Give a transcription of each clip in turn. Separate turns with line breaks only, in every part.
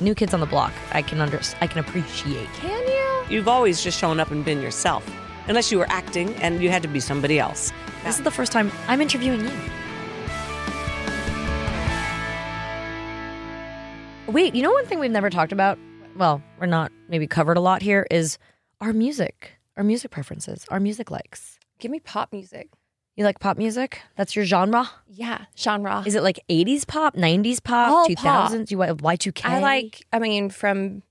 New Kids on the Block, I can under I can appreciate. Can you?
You've always just shown up and been yourself, unless you were acting and you had to be somebody else.
This is the first time I'm interviewing you. Wait, you know one thing we've never talked about? Well, we're not maybe covered a lot here is our music, our music preferences, our music likes.
Give me pop music.
You like pop music? That's your genre?
Yeah, genre.
Is it like 80s pop, 90s
All
pop,
pop.
2000s? You like Y2K?
I like, I mean, from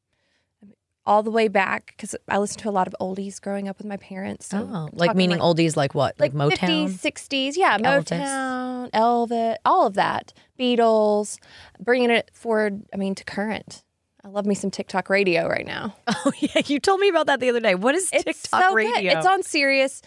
all the way back, because I listened to a lot of oldies growing up with my parents. So
Oh,
I'm
like
talking
meaning
like,
oldies like what? Like,
like
Motown?
50s, 60s. Yeah,
Elvis.
Motown, Elvis, all of that. Beatles, bringing it forward, I mean, to current. I love me some TikTok radio right now.
Oh yeah, you told me about that the other day. What is TikTok
so
radio?
Good. It's on Sirius,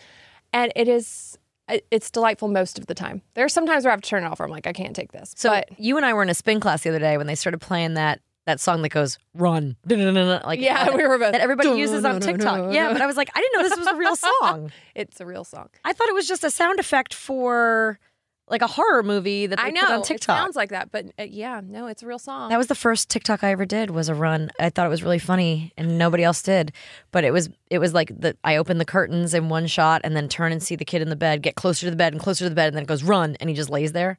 and it is it- it's delightful most of the time. There are some times where I have to turn it off. Where I'm like, I can't take this.
So
but
you and I were in a spin class the other day when they started playing that that song that goes "Run," like
yeah,
that,
we were both.
that everybody uses on TikTok. Yeah, but I was like, I didn't know this was a real song.
it's a real song.
I thought it was just a sound effect for like a horror movie that they
I know
put on
It
TikTok.
sounds like that, but uh, yeah, no, it's a real song.
that was the first TikTok I ever did was a run. I thought it was really funny and nobody else did. But it was it was like the I opened the curtains in one shot and then turn and see the kid in the bed, get closer to the bed and closer to the bed and then it goes run and he just lays there.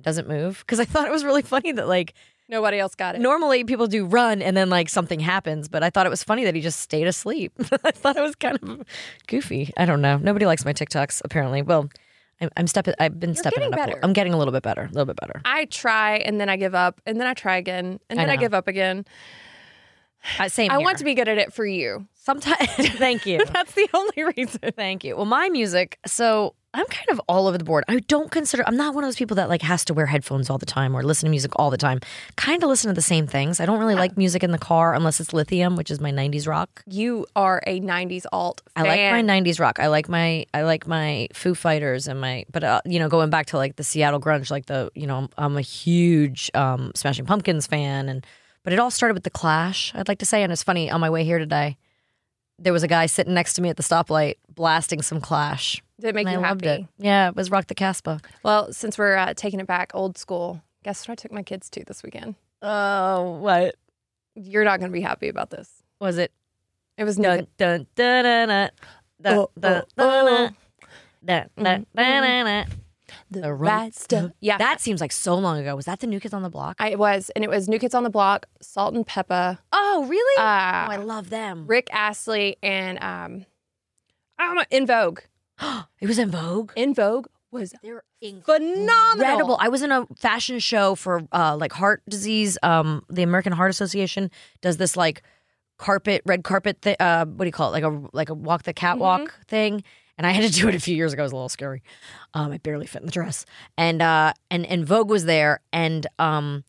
Doesn't move because I thought it was really funny that like
Nobody else got it.
normally people do run and then like something happens, but I thought it was funny that he just stayed asleep. I thought it was kind of goofy. I don't know. Nobody likes my TikToks apparently. Well, I'm, I'm stepping. I've been stepping
getting
it up. a-
better.
I'm getting a little bit better. A little bit better.
I try and then I give up and then I try again and
I
then I,
know.
give up again.
Uh, same.
I want to be good at it for you.
Sometimes. Thank you.
That's the only reason.
Thank you. Well, my music, so I'm kind of all over the board. I don't consider I'm not one of those people that like has to wear headphones all the time or listen to music all the time. Kind of listen to the same things. I don't really like music in the car unless it's Lithium, which is my 90s rock.
You are a '90s alt.
I like
fan.
my 90s rock. I like my I like my Foo Fighters and my but uh, you know going back to like the Seattle grunge like the you know I'm, I'm a huge um Smashing Pumpkins fan and but it all started with the Clash. I'd like to say and it's funny on my way here today there was a guy sitting next to me at the stoplight blasting some Clash.
Did it make
and
you
I loved
happy?
it. Yeah, it was Rock the Casbah.
Well, since we're uh, taking it back old school, guess what I took my kids to this weekend?
Oh, what
You're not going to be happy about this.
was it?
It was
Dun
naked.
dun dun dun dun dun
Oh,
dun
oh,
dun,
oh.
dun, dun, dun, dun, dun. The right stuff.
Yeah.
That seems like so long ago. Was that the New Kids on the Block?
I it was, and it was New Kids on the Block, Salt and Peppa,
Oh, really? oh, I
uh,
love them.
Rick Astley, and um, I don't know, In Vogue.
it was in Vogue.
In Vogue was
They're
phenomenal.
incredible. I was in a fashion show for uh, like heart disease. Um, the American Heart Association does this like carpet, red carpet. Thi- uh, what do you call it? Like a like a walk the catwalk
Mm-hmm.
thing. And I had to do it a few years ago. It was a little scary. Um, I barely fit in the dress. And uh, and and Vogue was there, and um,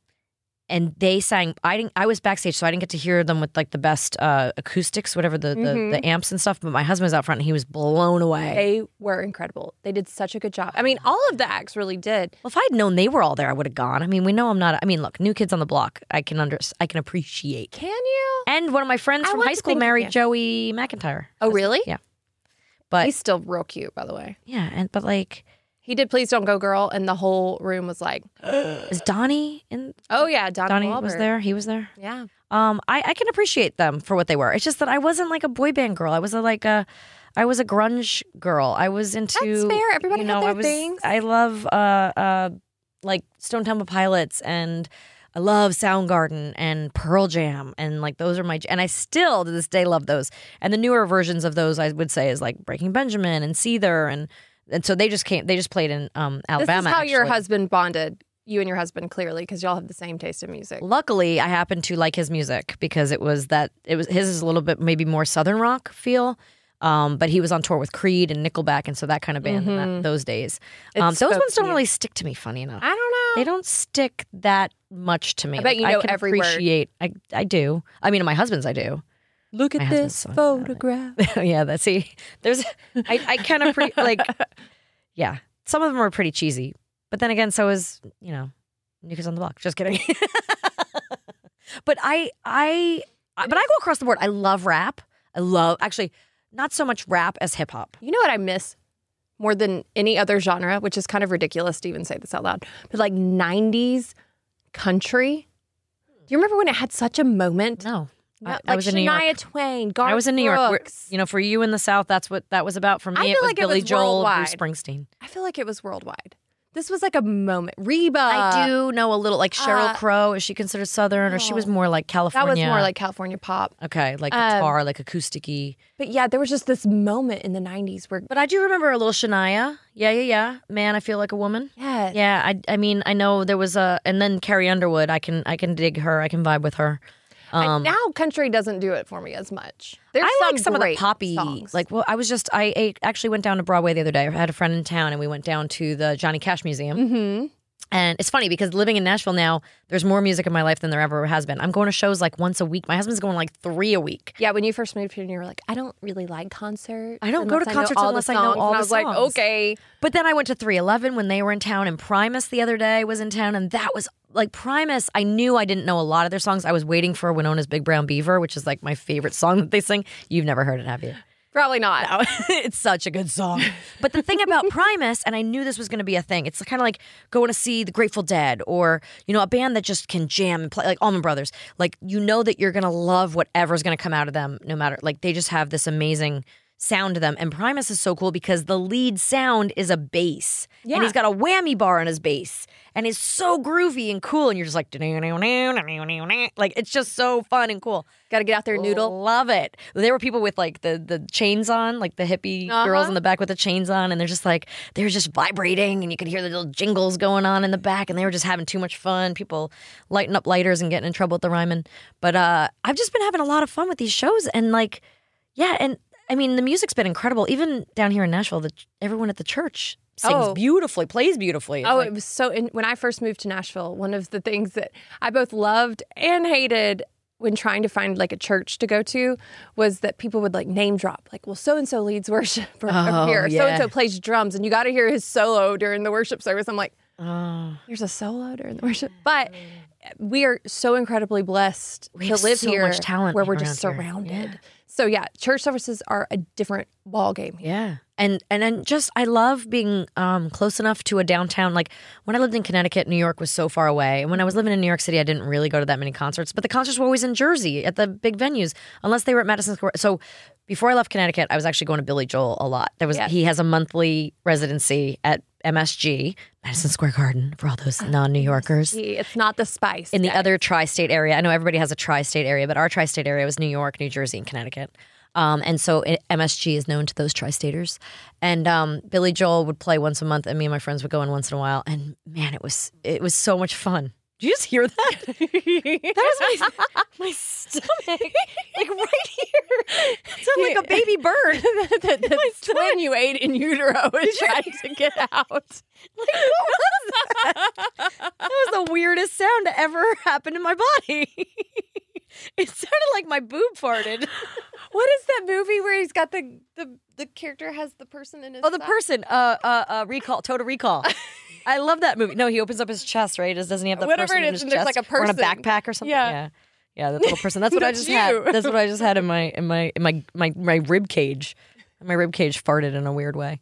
and they sang. I didn't. I was backstage, so I didn't get to hear them with like the best uh, acoustics, whatever the,
Mhm.
the the amps and stuff. But my husband was out front, and he was blown away.
They were incredible. They did such a good job. I mean, all of the acts really did.
Well, if I had known they were all there, I would have gone. I mean, we know I'm not. I mean, look, new kids on the block. I can under. I can appreciate.
Can you?
And one of my friends
I
from
like
high
to
school
think-
married
yeah.
Joey McIntyre.
Oh, really?
Yeah. But
He's still real cute, by the way.
yeah, and but like,
He did Please Don't Go Girl, and the whole room was like,
is Donnie in?
oh, yeah, Donnie,
Donnie was
Wahlberg.
there. He was there.
Yeah.
Um, I I can appreciate them for what they were. It's just that I wasn't like a boy band girl. I was a, like a, I was a grunge girl. I was into.
That's fair. Everybody
you
had
know,
their
I was,
things.
I love uh uh like Stone Temple Pilots and I love Soundgarden and Pearl Jam and like those are my and I still to this day love those. And the newer versions of those I would say is like Breaking Benjamin and Seether and and so they just came they just played in um
This
Alabama.
is how your
actually.
husband bonded, you and your husband, clearly, because y'all have the same taste in music.
Luckily, I happened to like his music because it was that it was his is a little bit maybe more southern rock feel. Um, but he was on tour with Creed and Nickelback, and so that kind of band in
Mm-hmm.
that, those days. Um, those
It spoke
ones
to
don't
you.
really stick to me, funny enough.
I don't know.
They don't stick that much to me.
I bet you know
I can
every word.
appreciate. I I do. I mean, my husband's I do.
Look
My
at
husband's
this
so good at it.
photograph.
yeah, that's see. There's I I kind of pre- like yeah. Some of them are pretty cheesy, but then again, so is you know, New Kids on the Block. Just kidding. but I I I- but I go across the board. I love rap. I love actually not so much rap as hip hop.
You know what I miss more than any other genre, which is kind of ridiculous to even say this out loud, but like 90s country. Do you remember when it had such a moment? Uh,
No. I,
like
I was
Shania
in New York.
Twain, Garth
I was in New York. We're-
Brooks.
You know, for you in the South, that's what that was about. For me,
I
it
feel
was
like it
Billy
was
Joel, Bruce
worldwide.
Springsteen.
I feel like it was worldwide. This was like a moment. Reba.
I do know a little, like Cheryl
uh,
Crow. Is she considered Southern, or she was
no.
more like
That
California?
was more like California pop.
okay, like
um,
guitar, like acousticy.
But yeah, there was just this moment in the 90s where,
But I do remember a little Shania. Yeah, yeah, yeah. Man, I feel like a woman.
yes.
Yeah, I, I mean, I know there was a, and then Carrie Underwood. I can, I can dig her. I can vibe with her.
I- now country doesn't do it for me as much. There's
I
some
like some of the
great
poppy.
songs.
Like, well, I was just I ate, actually went down to Broadway the other day. I had a friend in town, and we went down to the Johnny Cash Museum. Mm-hmm. And it's funny because living in Nashville now, there's more music in my life than there ever has been. I'm going to shows like once a week. My husband's going like three a week.
Yeah, when you first moved here and you were like, I don't really like concerts.
I don't go to
unless
concerts
all the
unless I know
songs."
all
and
the
I was like,
songs.
okay.
But then I went to 311 when they were in town, and Primus the other day was in town, and that was like Primus. I knew I didn't know a lot of their songs. I was waiting for Winona's Big Brown Beaver, which is like my favorite song that they sing. You've never heard it, have you?
Probably not.
Oh, it's such a good song. But the thing about Primus, and I knew this was going to be a thing, it's kind of like going to see the Grateful Dead or, you know, a band that just can jam and play, like Allman Brothers. Like, you know that you're going to love whatever's going to come out of them, no matter, like, they just have this amazing sound to them. And Primus is so cool because the lead sound is a bass.
Yeah.
And he's got a whammy bar on his bass. And it's so groovy and cool. And you're just like, like, it's just so fun and cool.
Got to get out there, and noodle.
Love it. There were people with like the the chains on, like the hippie
Uh-huh.
girls in the back with the chains on, and they're just like they were just vibrating, and you could hear the little jingles going on in the back, and they were just having too much fun. People lighting up lighters and getting in trouble at the Ryman. But uh, I've just been having a lot of fun with these shows, and like, yeah, and I mean the music's been incredible. Even down here in Nashville, the, everyone at the church sings
Oh.
beautifully, plays beautifully. It's
Oh,
like-
it was so. And when I first moved to Nashville, one of the things that I both loved and hated when trying to find like a church to go to was that people would like name drop, like, well, so and so leads worship or,
Oh,
or here, so
yeah.
and so plays drums, and you got to hear his solo during the worship service. I'm like,
oh.
there's a solo during the worship, but we are so incredibly blessed
We
to
have
live
so
here,
much talent
where we're
around
just
here.
surrounded.
Yeah.
So yeah, church services are a different ball game. here.
Yeah. And and then just I love being um, close enough to a downtown. Like when I lived in Connecticut, New York was so far away. And when I was living in New York City, I didn't really go to that many concerts. But the concerts were always in Jersey at the big venues, unless they were at Madison Square. So before I left Connecticut, I was actually going to Billy Joel a lot. There was
Yes.
he has a monthly residency at MSG, Madison Square Garden, for all those non-New Yorkers
See, It's not the spice.
in the other tri-state area. I know everybody has a tri-state area, but our tri-state area was New York, New Jersey, and Connecticut. Um, and so it, MSG is known to those tri-staters. And um, Billy Joel would play once a month, and me and my friends would go in once in a while. And man, it was it was so much fun. Did you just hear that? that was my my stomach, like right here. It sounded like a baby bird.
the, the twin you ate in utero is trying to get out.
That was the weirdest sound to ever happen in my body. it sounded like my boob farted.
What is that movie where he's got the the, the character has the person in his?
Oh, the
sock?
person. Uh, uh, uh, recall. Total Recall. I love that movie. No, he opens up his chest, right? Does- Doesn't he have that
Whatever
person
it
in
is,
his
and there's
chest
like a
or on a
person.
backpack or something?
Yeah.
yeah. Yeah, that little person. That's what I
That's
just
you.
had. That's what I just had in my in my in my my, my rib cage. My rib cage farted in a weird way.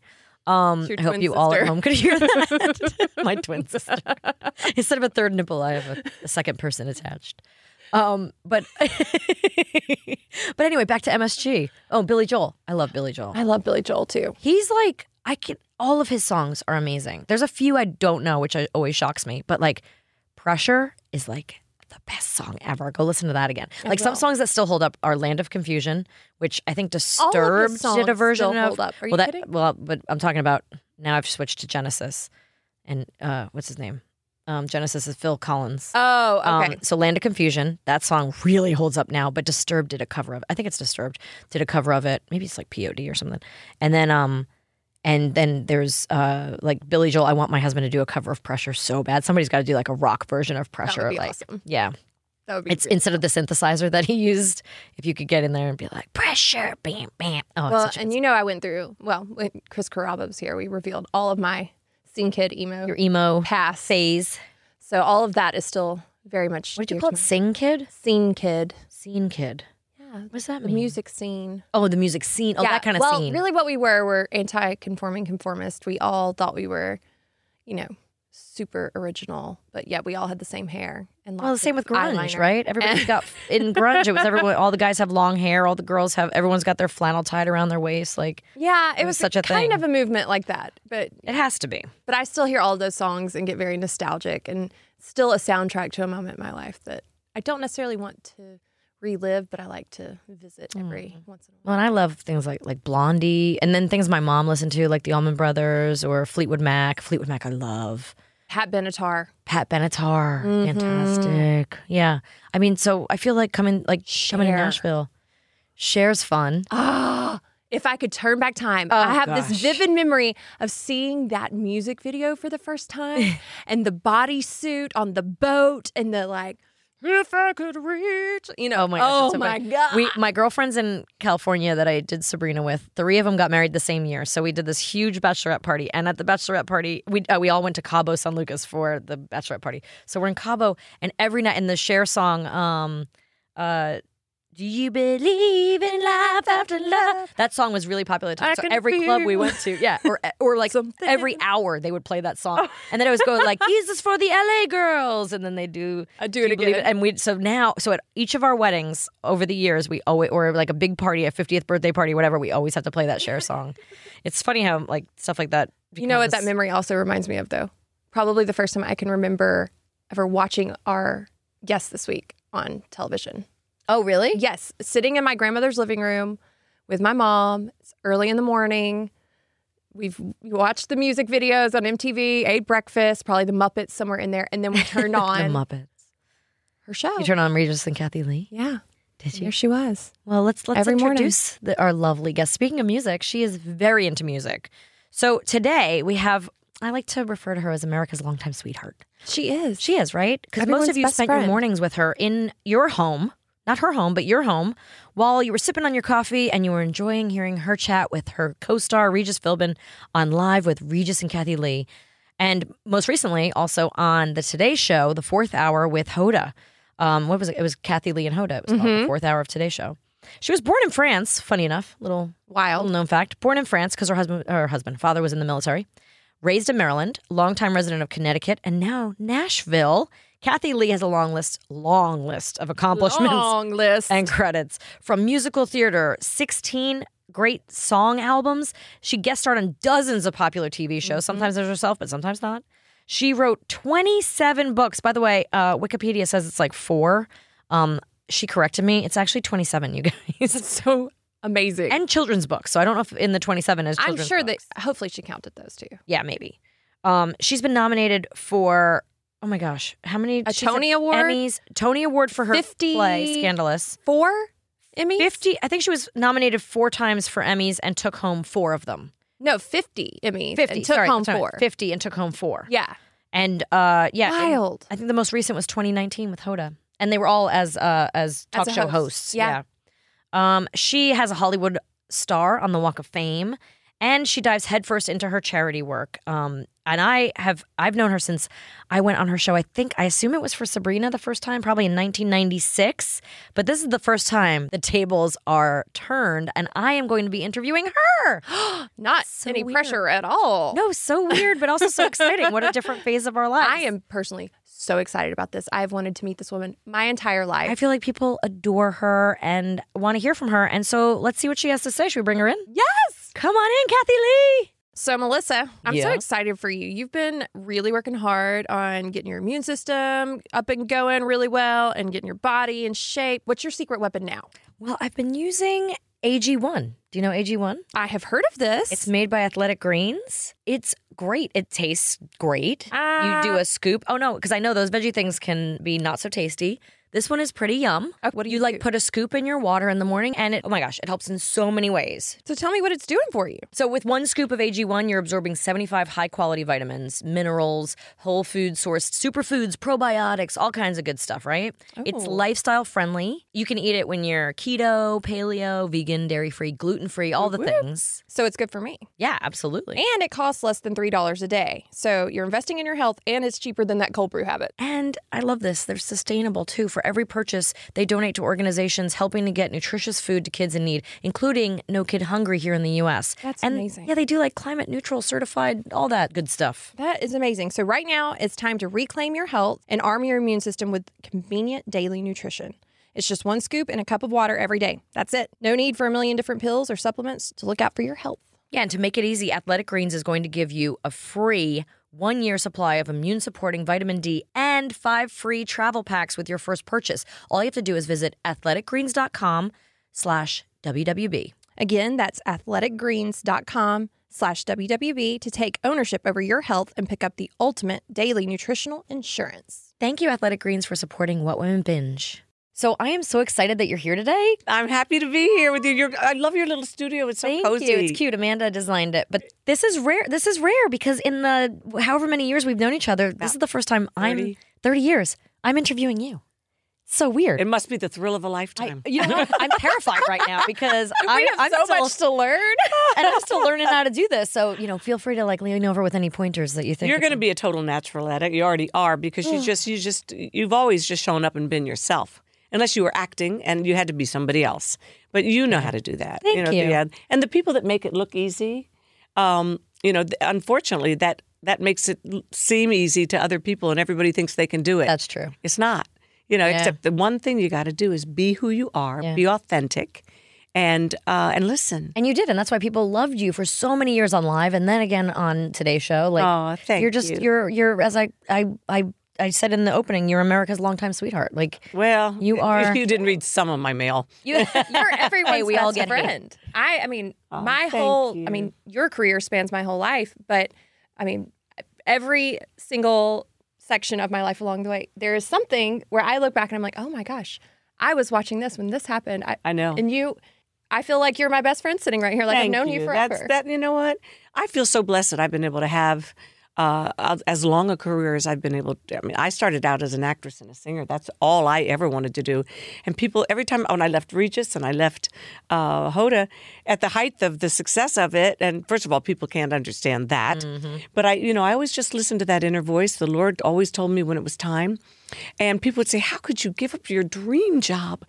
Um,
your
I hope
twin
you all at
sister.
home could hear that. my twin sister. Instead of a third nipple, I have a, a second person attached. Um, but but anyway, back to MSG. Oh, Billy Joel. I love Billy Joel.
I love Billy Joel too.
He's like, I can, all of his songs are amazing. There's a few I don't know, which I, always shocks me, but like Pressure is like the best song ever. Go listen to that again. like some
will.
songs that still hold up are Land of Confusion, which I think
All of his
Disturbed did
songs
a version
still
of.
hold up. Are you
well, that,
kidding?
well, but I'm talking about now I've switched to Genesis and uh, what's his name? Um, Genesis is Phil Collins.
Oh,
Um, so Land of Confusion, that song really holds up now, but Disturbed did a cover of I think it's Disturbed, did a cover of it. Maybe it's like POD or something. And then um and then there's uh like Billy Joel, I want my husband to do a cover of Pressure so bad. Somebody's got to do like a rock version of Pressure
be
like
awesome.
yeah.
that would be.
It's instead of the synthesizer that he used, if you could get in there and be like Pressure, bam bam. Oh, it's
well,
such a-
and you know, I went through. Well, when Chris Carrabba was here, we revealed all of my scene kid emo
your e emo
past.
phase.
So all of that is still very much.
What did you
dear
call
to
it? Sing kid?
my- Scene kid.
Scene kid.
Yeah,
What does that
the
mean?
music scene.
Oh, the music scene. Oh, that kind of
well,
scene.
really, what we were were anti-conforming conformist. We all thought we were, you know, super original. But yeah, we all had the same hair and
Well, the
lots
same
of
with grunge,
eyeliner.
right? Everybody's got in grunge. It was everyone. All the guys have long hair. All the girls have. Everyone's got their flannel tied around their waist. Like
Yeah, it,
was
was,
such a
kind
thing.
of a movement like that. But
it has to be.
but I still hear all of those songs and get very nostalgic and still a soundtrack to a moment in my life that I don't necessarily want to relive, but I like to visit every once in a
Well,
while.
and I love things like like Blondie, and then things my mom listened to, like the Allman Brothers or Fleetwood Mac. Fleetwood Mac, I love.
Pat Benatar.
Pat Benatar, fantastic. Yeah, I mean, so I feel like coming like coming to
Cher.
Nashville, shares fun.
Ah, if I could turn back time, I have this vivid memory of seeing that music video for the first time and the bodysuit on the boat and the like, if I could reach, you know,
Oh my gosh! that's so
my
funny.
God.
We, my girlfriends in California that I did Sabrina with, three of them got married the same year, so we did this huge bachelorette party. And at the bachelorette party, we uh, we all went to Cabo San Lucas for the bachelorette party. So we're in Cabo, and every night in the share song, um, uh. Do you believe in life after love? That song was really popular at the time.
I
so
can
every club we
feel-
went to, yeah, or eh, or like every hour they would play that
Oh.
song, and then it was go like, "Is this for the LA girls?" And then they do
I do it
you believe
again.
And we so now so at each of our weddings over the years we always or like a big party, a fiftieth birthday party, whatever. We always have to play that share song. it's funny how like stuff like that.
You know what that
becomes-
memory also reminds me of, though? Probably the first time I can remember ever watching our guest this week on television.
Oh really?
Yes, sitting in my grandmother's living room with my mom. It's early in the morning. We've watched the music videos on MTV, ate breakfast, probably the Muppets somewhere in there, and then we turned
The
on
Muppets.
her show.
You turn on Regis and Kathy Lee.
yeah,
Did you?
there she was.
Well, let's let's
Every morning.
introduce the, our lovely guest. Speaking of music, she is very into music. So today we have. I like to refer to her as America's longtime sweetheart.
She is.
She is, right? Because most of
Everyone's
you
best
spent your
friend.
mornings with her in your home, not her home, but your home, while you were sipping on your coffee and you were enjoying hearing her chat with her co star, Regis Philbin, on Live with Regis and Kathy Lee. And most recently, also on the Today Show, the fourth hour with Hoda. Um, what was it? It was Kathy Lee and Hoda. It was
Mm-hmm.
called the fourth hour of Today Show. She was born in France, funny enough, little
Wild.
well known fact, born in France because her husband, her husband, father was in the military. Raised in Maryland, longtime resident of Connecticut, and now Nashville. Kathy Lee has a long list, long list of accomplishments
Long list.
and credits from musical theater, 16 great song albums. She guest starred on dozens of popular TV shows, sometimes as herself, but sometimes not. She wrote 27 books. By the way, uh, Wikipedia says it's like four. Um, she corrected me. It's actually 27, you guys
so amazing.
and children's books. So I don't know if in the 27 is
I'm
children's
sure
books.
that hopefully she counted those too.
Yeah, maybe. Um, she's been nominated for oh my gosh, how many
A
she's had
Tony Award?
Emmys, Tony Award for her
50
play Scandalous.
Four Emmys?
50 I think she was nominated 4 times for Emmys and took home 4 of them.
No, 50 Emmys.
50
And took
sorry,
home
that's what I
four.
meant, 50 and took home 4.
Yeah.
And uh yeah, and
Wild.
I think the most recent was 2019 with Hoda. And they were all as uh as talk
a
show
host,
hosts.
yeah.
yeah. Um she has a Hollywood star on the Walk of Fame and she dives headfirst into her charity work. Um and I have I've known her since I went on her show. I think I assume it was for Sabrina the first time, probably in 1996, but this is the first time the tables are turned and I am going to be interviewing her.
Not
So
any
weird.
pressure at all.
no, so weird but also so exciting. What a different phase of our lives.
I am personally so excited about this. I've wanted to meet this woman my entire life.
I feel like people adore her and want to hear from her. And so let's see what she has to say. Should we bring her in?
yes.
Come on in, Kathy Lee.
So Melissa, I'm so
Yeah.
excited for you. You've been really working hard on getting your immune system up and going really well and getting your body in shape. What's your secret weapon now?
Well, I've been using AG1. Do you know AG1?
I have heard of this.
It's made by Athletic Greens. It's great. It tastes great.
Ah.
you do a scoop. Oh no, because I know those veggie things can be not so tasty. This one is pretty yum.
Okay. What do
you
you
like?
do?
Put a scoop in your water in the morning, and it, oh my gosh, it helps in so many ways.
so tell me what it's doing for you.
So, with one scoop of AG1, you're absorbing 75 high quality vitamins, minerals, whole food sourced superfoods, probiotics, all kinds of good stuff, right? It's
Oh.
lifestyle friendly. You can eat it when you're keto, paleo, vegan, dairy free, gluten free, all the things.
So it's good for me.
Yeah, absolutely.
And it costs less than $3 a day. So you're investing in your health and it's cheaper than that cold brew habit.
And I love this. They're sustainable too for every purchase, they donate to organizations helping to get nutritious food to kids in need, including No Kid Hungry here in the U.S.
That's
and,
amazing.
Yeah, they do like climate neutral, certified, all that good stuff.
That is amazing. So, right now, it's time to reclaim your health and arm your immune system with convenient daily nutrition. It's just one scoop and a cup of water every day. That's it. No need for a million different pills or supplements to look out for your health.
Yeah, and to make it easy, Athletic Greens is going to give you a free one year supply of immune supporting vitamin D and five free travel packs with your first purchase. All you have to do is visit athleticgreens.com slash WWB.
Again, that's athleticgreens.com slash WWB to take ownership over your health and pick up the ultimate daily nutritional insurance.
Thank you, Athletic Greens, for supporting What Women Binge. So I am so excited that you're here today.
I'm happy to be here with you. You're, I love your little studio. It's so
Thank
cozy.
you. It's cute. Amanda designed it, but this is rare. This is rare because in the however many years we've known each other, this is the first time I'm
30.
30 years. I'm interviewing you. So weird.
It must be the thrill of a lifetime.
you know, what? I'm terrified right now because
We
I,
have
I'm
so
still,
much to learn.
and I'm still learning how to do this. So you know, feel free to like lean over with any pointers that you think
You're going to be a total natural at it. You already are because you just you just you've always just shown up and been yourself. Unless you were acting and you had to be somebody else, but you know how to do that.
Thank
know,
you.
yeah. And the people that make it look easy, um, you know, th- unfortunately that that makes it l- seem easy to other people, and everybody thinks they can do it.
That's true.
It's not. You know, except the one thing you got to do is be who you are, be authentic, and uh, and listen.
And you did, and that's why people loved you for so many years on live, and then again on today's show. Like,
Aw, thank
you're just
you.
you're you're as I I I I said in the opening, you're America's longtime sweetheart. Like,
Well,
You are-
You didn't read some of my mail.
You, you're everyone's
Hey, we
best
all get hate.
friend. I, I mean, my
thank
whole, I
you.
mean, your career spans my whole life, but I mean, every single section of my life along the way, there is something where I look back and I'm like, oh my gosh, I was watching this when this happened. I,
I know.
And you, I feel like you're my best friend sitting right here. Like
Thank
I've known you, forever.
That's that. You know what? I feel so blessed that I've been able to have uh, as- as long a career as I've been able. to. I mean, I started out as an actress and a singer. That's all I ever wanted to do. And people, every time when I left Regis and I left uh, Hoda, at the height of the success of it, and first of all, people can't understand that.
Mm-hmm.
But I, you know, I always just listened to that inner voice. The Lord always told me when it was time. And people would say, "How could you give up your dream job?"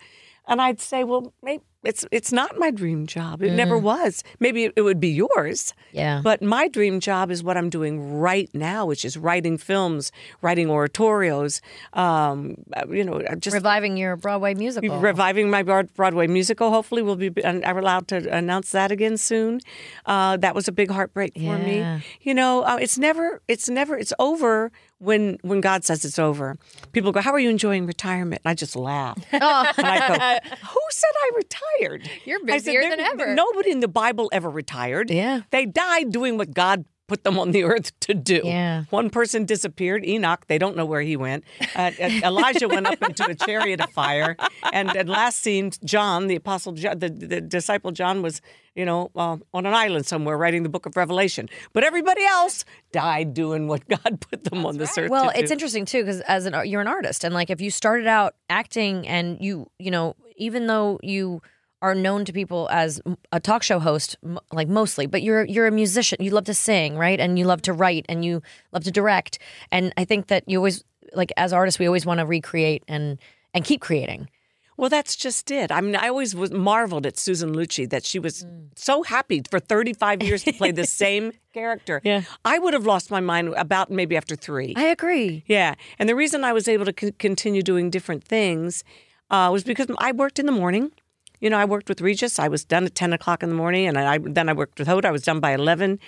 And I'd say, well, maybe it's it's not my dream job. It never was. Maybe it, it would be yours.
Yeah.
But my dream job is what I'm doing right now, which is writing films, writing oratorios. Um, uh, you know, I'm just
reviving your Broadway musical.
reviving my Broad- Broadway musical. Hopefully, we'll be and I'm allowed to announce that again soon. Uh, that was a big heartbreak for
Yeah.
me. You know, uh, it's never, it's never, it's over when when God says it's over. People go, "How are you enjoying retirement?" And I just laugh. and I go, "Who said I retired?"
Oh. You're
I said,
busier
"There-
than ever."
Nobody in the Bible ever retired.
Yeah.
they died doing what God. Put them on the earth to do.
Yeah.
One person disappeared, Enoch. They don't know where he went. Uh, uh, Elijah went up into a chariot of fire, and at last seen John, the apostle, John, the, the disciple John, was you know uh, on an island somewhere writing the book of Revelation. But everybody else died doing what God put them on this earth.
Well,
to
it's
do.
interesting too because as an ar- you're an artist, and like if you started out acting, and you you know even though you are known to people as m- a talk show host, m- like mostly, but you're you're a musician. You love to sing, right? And you love to write, and you love to direct. And I think that you always like as artists, we always want to recreate and and keep creating.
Well, that's just it. I mean, I always was marveled at Susan Lucci that she was
Mm.
so happy for 35 years to play the same character.
Yeah.
I would have lost my mind about maybe after three.
I agree.
Yeah. And the reason I was able to con- continue doing different things uh, was because I worked in the morning. You know, I worked with Regis. I was done at 10 o'clock in the morning. And I, then I worked with Hoda. I was done by 11.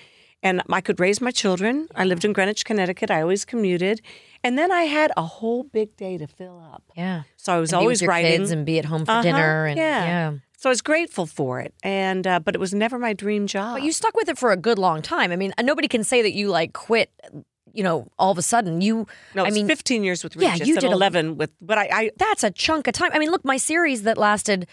And I could raise my children. I lived in Greenwich, Connecticut. I always commuted. And then I had a whole big day to fill up.
Yeah,
So I was
And be with
always
your
writing.
kids and be at home for
Uh-huh,
dinner, and
yeah.
yeah.
So I was grateful for it, and uh, but it was never my dream job.
But you stuck with it for a good long time. I mean, nobody can say that you like quit. You know, all of a sudden, you.
no,
I
it's
mean,
15 years with
Yeah,
Regis.
you
and
did a-
11 with, but I, I
that's a chunk of time. I mean, look, my series that lasted,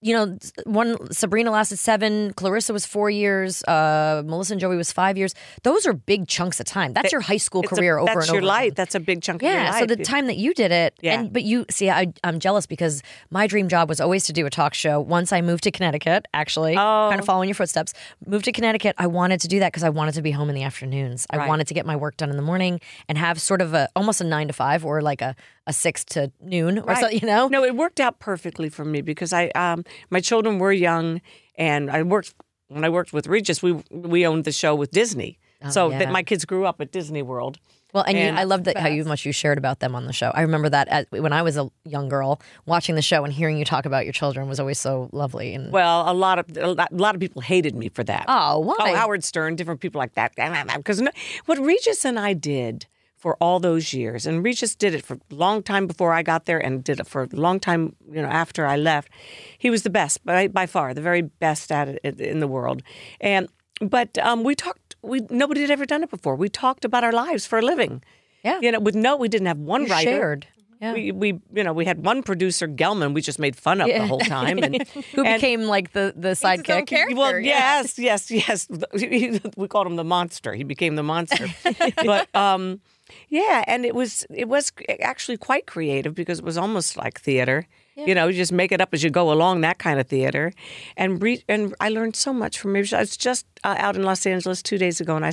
you know, one Sabrina lasted seven, Clarissa was four years, uh, Melissa and Joey was five years. Those are big chunks of time. That's your high school
it's a-
career over
that's
and over.
your
again.
life. That's a big chunk of your
Yeah,
life.
so the time that you did it,
Yeah.
and but you see, I, I'm jealous because my dream job was always to do a talk show. Once I moved to Connecticut, actually,
Oh.
kind of following your footsteps, moved to Connecticut. I wanted to do that because I wanted to be home in the afternoons. I wanted to get my work done in the morning and have sort of a almost a nine to five or like a, a a six to noon or
Right.
something, you know?
No, it worked out perfectly for me because I um, my children were young, and I worked when I worked with Regis. We we owned the show with Disney, so
Oh, yeah.
that my kids grew up at Disney World.
Well, and,
And
you, I love that how you much you shared about them on the show. I remember that as, when I was a young girl watching the show and hearing you talk about your children was always so lovely. And
Well, a lot of a lot- a lot of people hated me for that.
oh, why?
Oh, Howard Stern, different people like that. Because no, what Regis and I did for all those years, and Regis did it for a long time before I got there, and did it for a long time, you know, after I left. He was the best, by, by far, the very best at it in the world. And but um, we talked. We nobody had ever done it before. We talked about our lives for a living.
Yeah.
you know, with no, we didn't have one
You
writer.
shared. Yeah.
We, we, you know, we had one producer, Gelman. We just made fun of the whole time, and
Who
and-
became like the, the sidekick?
well, yes, yes, yes. we called him the monster. He became the monster. but um, yeah, and it was it was actually quite creative because it was almost like theater. You know, you just make it up as you go along, that kind of theater. And re- and I learned so much from Regis. I was just uh, out in Los Angeles two days ago, and I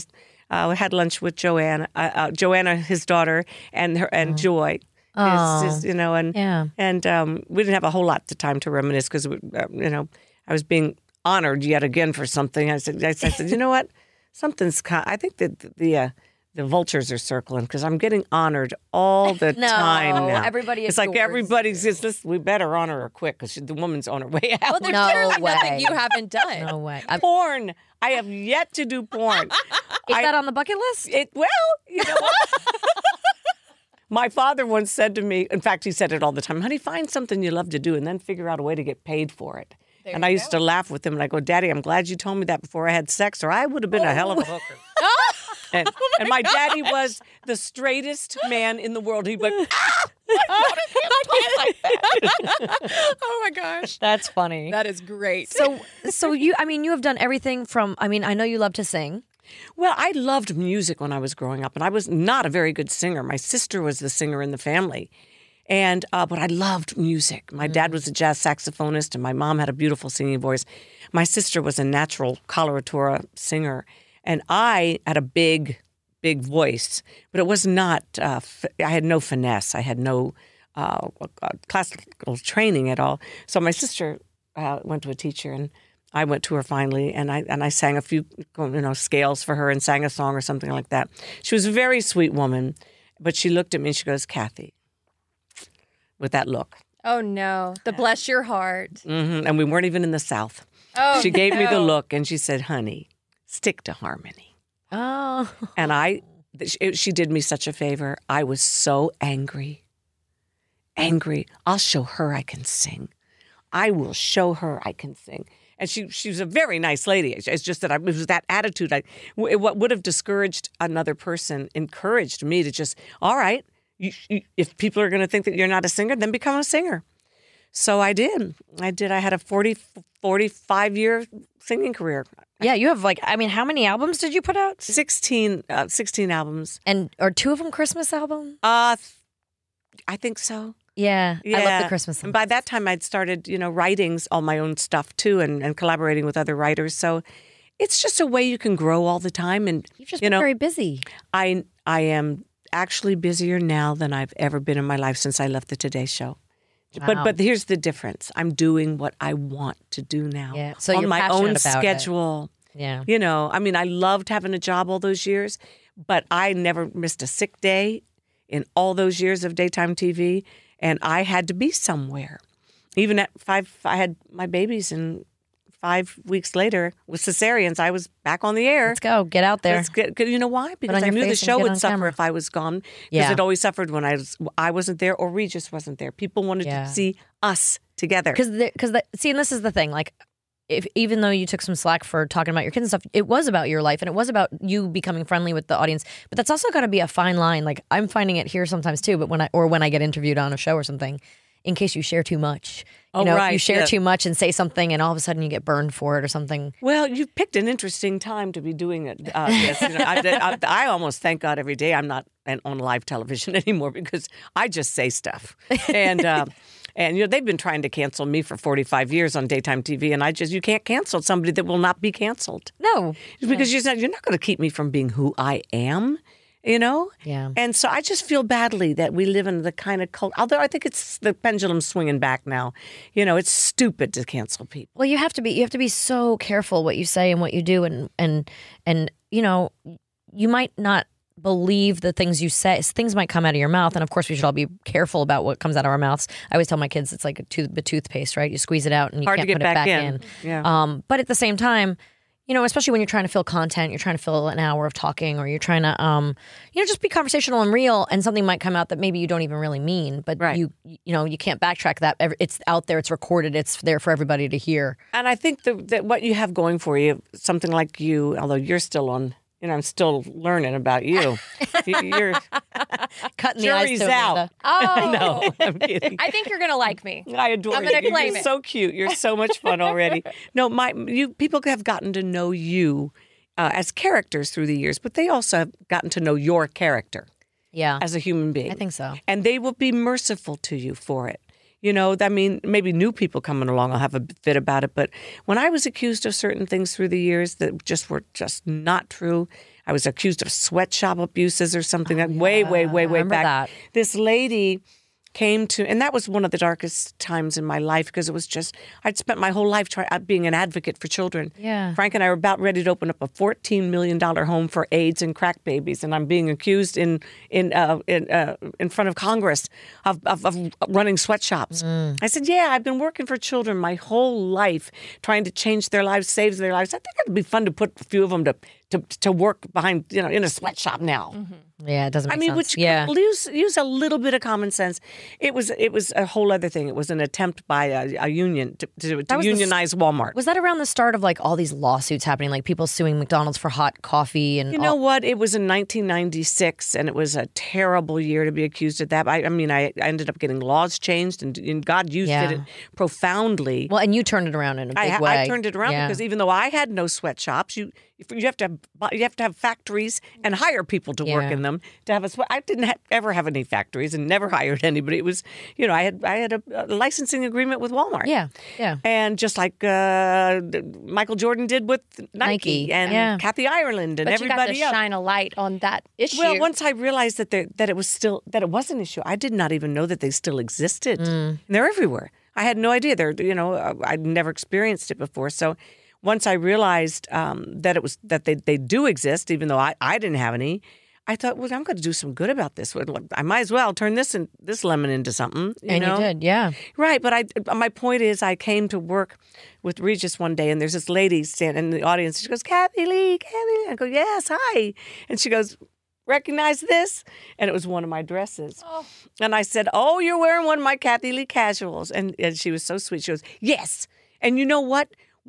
uh, had lunch with Joanna, uh, uh, Joanna, his daughter, and her and Joy. His, his, you know, and
Yeah.
and um, we didn't have a whole lot of time to reminisce because, um, you know, I was being honored yet again for something. I said, I said, I said, you know what? Something's. Con- I think that the the, uh, the vultures are circling because I'm getting honored all the
No,
time now.
everybody
It's like
adores
everybody's just. This, we better honor her quick because the woman's on her way out.
there's No clearly nothing way. you
haven't done.
No way. I,
porn. I have yet to do porn.
is
I-
that on the bucket list?
It well, you know what? My father once said to me, in fact, he said it all the time, honey, find something you love to do and then figure out a way to get paid for it. and I used to laugh with him and I go, Daddy, I'm glad you told me that before I had sex, or I would have been a hell of a hooker. and, and Oh. my daddy was the straightest man in the world. He'd be like, "Ah!"
Oh my gosh.
That's funny.
That is great.
so so you I mean you have done everything from I mean I know you love to sing.
Well, I loved music when I was growing up, and I was not a very good singer. My sister was the singer in the family, and uh, but I loved music. My dad was a jazz saxophonist, and my mom had a beautiful singing voice. My sister was a natural coloratura singer, and I had a big, big voice, but it was not. Uh, f- I had no finesse. I had no uh, uh, classical training at all. So my sister uh, went to a teacher and. I went to her finally, and I and I sang a few, you know, scales for her, and sang a song or something like that. She was a very sweet woman, but she looked at me and she goes, "Kathy," with that look,
oh no. The bless your heart.
hmm and we weren't even in the South.
Oh,
she gave me the
no.
look, and she said, "Honey, stick to harmony."
Oh.
And I, th- she, she did me such a favor. I was so angry. Angry. I'll show her I can sing. I will show her I can sing. And she, she was a very nice lady. It's it's just that I, it was that attitude. I, w- what would have discouraged another person encouraged me to just, all right, you, you, if people are going to think that you're not a singer, then become a singer. So I did. I did. I had a 40, 45 year singing career,
Yeah, you have like I mean how many albums did you put out?
16, uh, 16 albums.
And are two of them Christmas album?
Uh, th- I think so.
Yeah. I love the
Yeah.
Christmas
And
song.
by that time, I'd started, you know, writing all my own stuff too, and, and collaborating with other writers. So it's just a way you can grow all the time. And
You've just
you
been
know,
very busy.
I I am actually busier now than I've ever been in my life since I left the Today Show. But
Wow.
but here's the difference. I'm doing what I want to do now.
Yeah, so
on
you're
my
passionate
own
about it.
schedule.
Yeah.
You know, I mean, I loved having a job all those years, but I never missed a sick day in all those years of daytime TV, and I had to be somewhere. Even at five, I had my babies, and five weeks later with cesareans, I was back on the air.
Let's go. Get out there.
That's good. 'Cause You know why? Because
on
I
your
knew the
face and
show
get
would
on
suffer
camera.
if I was gone. Because
Yeah.
it always suffered when I was I wasn't there or Regis wasn't there. People wanted
Yeah.
to see us together.
because because see, and this is the thing. Like, if even though you took some slack for talking about your kids and stuff, it was about your life and it was about you becoming friendly with the audience. But that's also got to be a fine line. Like I'm finding it here sometimes too. But when I or when I get interviewed on a show or something, in case you share too much, you
Oh,
know, you
right,
share
yeah.
too much and say something, and all of a sudden you get burned for it or something.
Well, you've picked an interesting time to be doing it. Uh, this. You know, I, I, I almost thank God every day I'm not an- on live television anymore because I just say stuff. And uh, and you know they've been trying to cancel me for 45 years on daytime TV, and I just you can't cancel somebody that will not be canceled
No,
because you said you're not going to keep me from being who I am. you know?
Yeah.
And so I just feel badly that we live in the kind of cult. Although I think it's the pendulum swinging back now. You know, it's stupid to cancel people.
Well, you have to be you have to be so careful what you say and what you do and and and you know, you might not believe the things you say. Things might come out of your mouth and of course we should all be careful about what comes out of our mouths. I always tell my kids it's like a tooth a toothpaste, right? You squeeze it out and you
Hard to
can't
get
put
back
it back
in.
in.
Yeah.
Um, but at the same time, you know, especially when you're trying to fill content, you're trying to fill an hour of talking, or you're trying to, um, you know, just be conversational and real. And something might come out that maybe you don't even really mean, but
Right.
you, you know, you can't backtrack that. Every- It's out there, it's recorded, it's there for everybody to hear.
And I think the, that what you have going for you, something like you, although you're still on, you know, I'm still learning about you. You- you're
Cutting
jury's
the eyes to
out.
Amanda.
Oh,
No, I'm kidding.
I think you're gonna like me.
I adore
I'm
you.
gonna claim
You're
it.
so cute. You're so much fun already. no, my you people have gotten to know you uh, as characters through the years, but they also have gotten to know your character
Yeah,
as a human being.
I think so.
and they will be merciful to you for it. You know, I mean, maybe new people coming along will have a fit about it, but when I was accused of certain things through the years that just were just not true, I was accused of sweatshop abuses or something that way, way, way, way
Oh, remember
back.
that.
This lady came to, and that was one of the darkest times in my life because it was just I'd spent my whole life trying being an advocate for children.
Yeah.
Frank and I were about ready to open up a fourteen million dollar home for AIDS and crack babies, and I'm being accused in in uh, in uh, in front of Congress of of, of running sweatshops.
Mm.
I said, "Yeah, I've been working for children my whole life, trying to change their lives, save their lives. I think it'd be fun to put a few of them to to, to work behind you know in a sweatshop now."
Mm-hmm. Yeah, it doesn't.
I
Make
mean,
sense.
which
yeah,
use use a little bit of common sense. It was it was a whole other thing. It was an attempt by a, a union to, to, to
was the s-
unionize Walmart.
was that around the start of like all these lawsuits happening, like people suing McDonald's for hot coffee and
you
all-
know what? It was in 1996, and it was a terrible year to be accused of that. I, I mean, I, I ended up getting laws changed, and, and God used
Yeah.
it profoundly.
well, and you turned it around in a big
I, ha-
way.
I turned it around
Yeah.
because even though I had no sweatshops, you if you have to have, bu- you have to have factories and hire people to work
Yeah.
in them to have a sweat. I didn't ha- ever have any factories and never hired anybody. It was you know I had I had a, a licensing agreement with Walmart.
yeah, yeah.
And just like uh, Michael Jordan did with Nike,
Nike,
and
yeah.
Kathy Ireland and
But you got
everybody
to
else.
shine a light on that issue.
Well, once I realized that there, that it was still that it was an issue, I did not even know that they still existed. And They're everywhere. I had no idea. They're you know I- I'd never experienced it before. So once I realized um, that it was that they they do exist, even though I I didn't have any. I thought, well, I'm going to do some good about this. Well, I might as well turn this in, this lemon into something. You
and
know?
you did, yeah.
Right, but I my point is I came to work with Regis one day and there's this lady standing in the audience. She goes, Kathy Lee, Kathy Lee. I go, Yes, hi. And she goes, Recognize this? And it was one of my dresses. And I said, Oh, you're wearing one of my Kathy Lee casuals. And and she was so sweet. She goes, Yes. And you know what?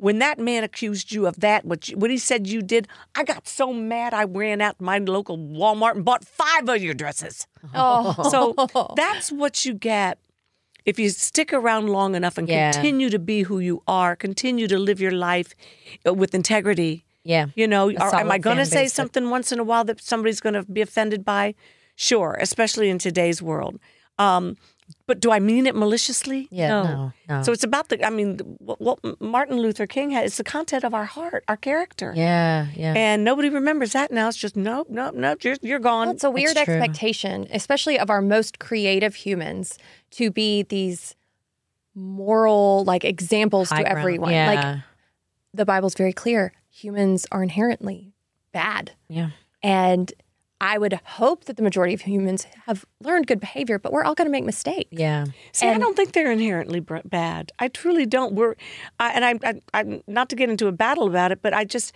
When that man accused you of that, what, you, what he said you did, I got so mad I ran out to my local Walmart and bought five of your dresses.
oh,
So that's what you get if you stick around long enough and
Yeah.
continue to be who you are, continue to live your life uh, with integrity.
Yeah.
You know, are, am
solid
I going to
fan
say
base that-
something once in a while that somebody's going to be offended by? Sure, especially in today's world. Um, but do I mean it maliciously?
Yeah, no, no.
So it's about the. I mean, what, what Martin Luther King had. It's the content of our heart, our character.
Yeah, yeah.
And nobody remembers that now. It's just nope, nope, nope. You're, you're gone.
it's a weird
Um, That's true.
expectation, especially of our most creative humans, to be these moral like examples
High
to
ground.
everyone.
Yeah.
Like the Bible's very clear: humans are inherently bad.
yeah.
And I would hope that the majority of humans have learned good behavior, but we're all going to make mistakes.
Yeah.
See, I don't think they're inherently br- bad. I truly don't. We're, I, and I, I, I'm not to get into a battle about it, but I just,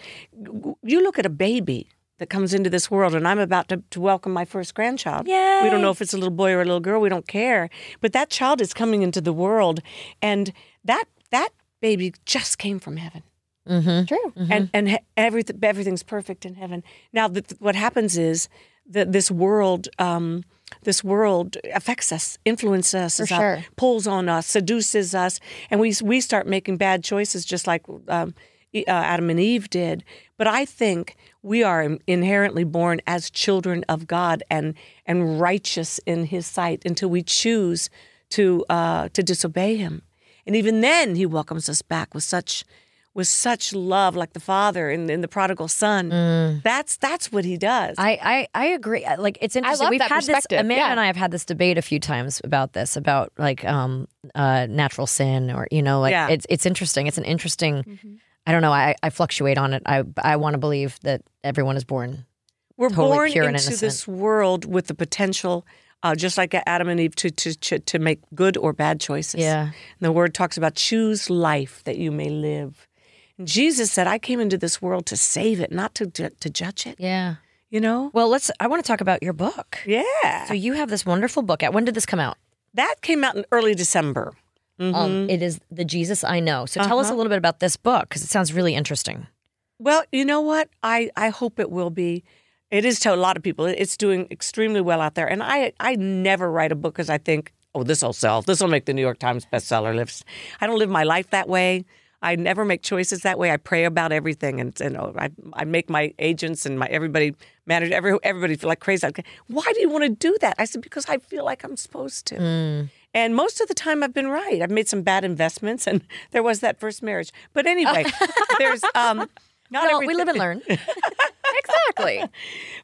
you look at a baby that comes into this world, and I'm about to, to welcome my first grandchild. We don't know if it's a little boy or a little girl. We don't care. But that child is coming into the world, and that that baby just came from heaven
Mm-hmm.
True.
and and he- everything everything's perfect in heaven. Now, th- th- what happens is that this world, um, this world affects us, influences us, is out-
sure.
pulls on us, seduces us, and we we start making bad choices, just like um, E- uh, Adam and Eve did. But I think we are inherently born as children of God and and righteous in His sight until we choose to uh, to disobey Him, and even then He welcomes us back with such with such love, like the father in, in the prodigal son. That's that's what he does.
I, I I agree. I- Like it's interesting.
love
We've
that
had this.
perspective,
Amanda
yeah.
and I have had this debate a few times about this, about like um uh natural sin or you know like
Yeah. Mm-hmm.
it's it's interesting. It's an interesting. I don't know. I I fluctuate on it. I I want to believe that everyone is born.
We're
totally
born
pure and
into this
innocent.
world with the potential, uh, just like Adam and Eve, to, to to to make good or bad choices.
Yeah.
And the word talks about choose life that you may live. And Jesus said, "I came into this world to save it, not to to, to judge it."
Yeah.
You know.
Well, let's. I want to talk about your book.
Yeah.
So you have this wonderful book out. When did this come out?
That came out in early December.
Um, it is the Jesus I know. So tell us a little bit about this book because it sounds really interesting.
Well, you know what? I, I hope it will be. It is to a lot of people. It's doing extremely well out there. And I I never write a book because I think, oh, this will sell. This will make the New York Times bestseller list. I don't live my life that way. I never make choices that way. I pray about everything, and, and oh, I I make my agents and my everybody manage every everybody feel like crazy. Like, Why do you want to do that? I said because I feel like I'm supposed to. And most of the time, I've been right. I've made some bad investments, and there was that first marriage. But anyway, there's um, not
Well, we
everything-
live and learn.
Exactly.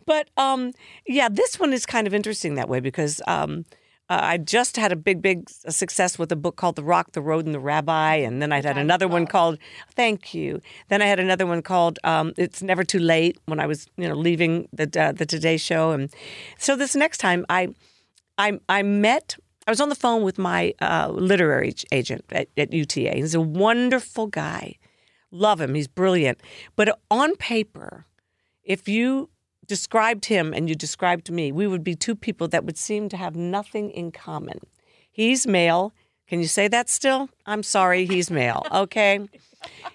But um, yeah, this one is kind of interesting that way because um, uh, I just had a big, big success with a book called "The Rock, the Road, and the Rabbi," and then I had another one called "Thank You." Then I had another one called um, "It's Never Too Late" when I was, you know, leaving the uh, the Today Show, and so this next time I. I I met. I was on the phone with my uh, literary ag- agent at, at UTA. He's a wonderful guy. Love him. He's brilliant. But on paper, if you described him and you described me, we would be two people that would seem to have nothing in common. He's male. Can you say that still? I'm sorry. He's male. Okay.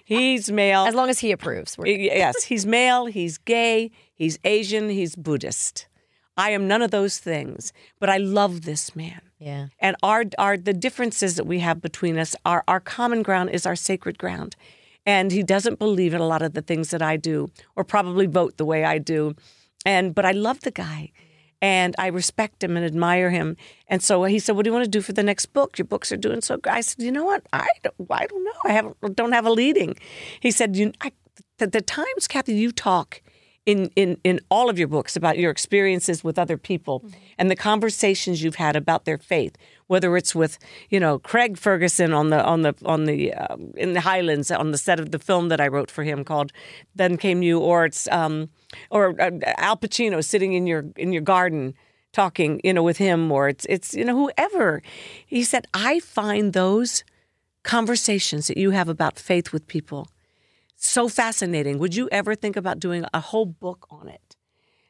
He's male.
As long as he approves, we're,
Y- Yes, he's male, he's gay, he's Asian, he's Buddhist. I am none of those things, but I love this man.
yeah.
And our our the differences that we have between us are our common ground is our sacred ground. And he doesn't believe in a lot of the things that I do or probably vote the way I do. And but I love the guy and I respect him and admire him. And so he said, "What do you want to do for the next book? Your books are doing so good." I said, "You know what? I don't, I don't know. I haven't don't have a leading." He said, "You I, the, the times, Kathy, you talk in, in, in all of your books about your experiences with other people and the conversations you've had about their faith, whether it's with you know Craig Ferguson on the on the on the um, in the Highlands on the set of the film that I wrote for him called "Then Came You," or it's um, or uh, Al Pacino sitting in your in your garden talking you know with him, or it's it's you know whoever. He said, I find those conversations that you have about faith with people so fascinating. Would you ever think about doing a whole book on it?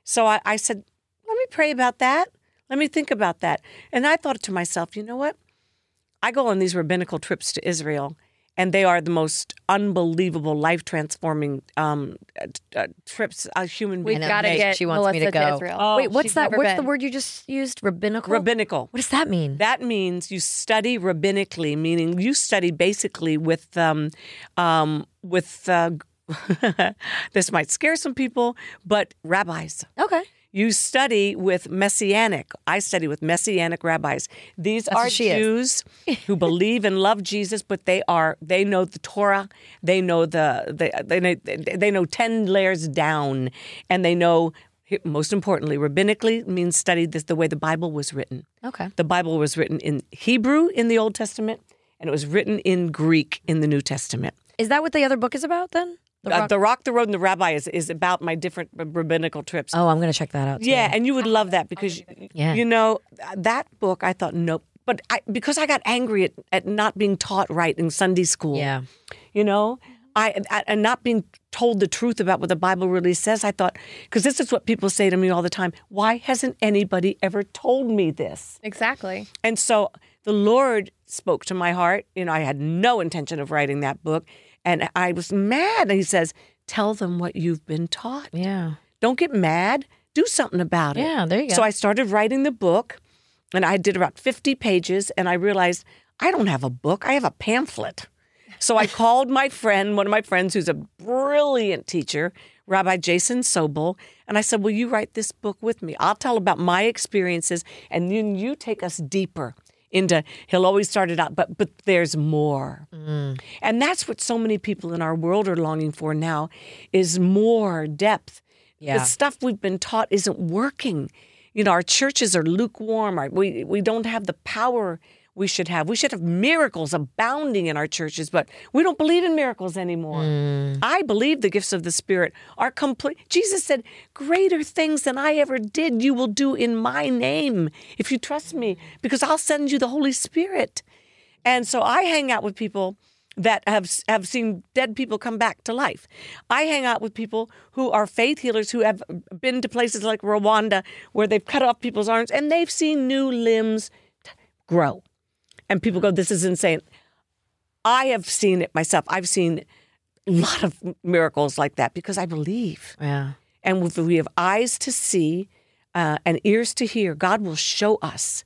So I, I said, let me pray about that. Let me think about that. And I thought to myself, you know what? I go on these rabbinical trips to Israel, and they are the most unbelievable, life transforming um, uh, uh, trips a human
We've
being.
know,
got to
Nate,
get
she wants me to
Melissa
go.
Israel.
Wait, what's
Oh, She's
that?
never
What's the
been.
word you just used? Rabbinical.
Rabbinical.
What does that mean?
That means you study rabbinically, meaning you study basically with um, um, with. Uh, this might scare some people, but rabbis.
okay.
You study with messianic. I study with messianic rabbis. These
what
are
she is.
Jews who believe and love Jesus, but they are they know the Torah. They know the they they know, they know ten layers down, and they know most importantly rabbinically means study this the way the Bible was written.
Okay.
The Bible was written in Hebrew in the Old Testament, and it was written in Greek in the New Testament.
Is that what the other book is about then? The
Uh,
rock-
the Rock, the Road, and the Rabbi is, is about my different rabbinical trips.
oh, I'm gonna check that out. too.
Yeah, and you would love that because
Yeah.
you know that book. I thought nope, but I, because I got angry at, at not being taught right in Sunday school.
Yeah.
you know, I, I and not being told the truth about what the Bible really says. I thought because this is what people say to me all the time. Why hasn't anybody ever told me this?
Exactly.
And so the Lord spoke to my heart. You know, I had no intention of writing that book. And I was mad. And he says, Tell them what you've been taught.
Yeah.
Don't get mad. Do something about it.
Yeah, there you go.
So I started writing the book and I did about 50 pages. And I realized I don't have a book, I have a pamphlet. So I called my friend, one of my friends who's a brilliant teacher, Rabbi Jason Sobel, and I said, Will you write this book with me? I'll tell about my experiences and then you take us deeper into he'll always start it out, but but there's more. And that's what so many people in our world are longing for now is more depth.
Yeah.
The stuff we've been taught isn't working. You know, our churches are lukewarm. Our, we we don't have the power we should have. We should have miracles abounding in our churches, but we don't believe in miracles anymore. I believe the gifts of the Spirit are complete. Jesus said, Greater things than I ever did, you will do in my name if you trust me, because I'll send you the Holy Spirit. And so I hang out with people that have have seen dead people come back to life. I hang out with people who are faith healers who have been to places like Rwanda where they've cut off people's arms and they've seen new limbs t- grow. And people go this is insane. I have seen it myself. I've seen a lot of miracles like that because I believe.
Yeah.
And if we have eyes to see uh, and ears to hear, God will show us.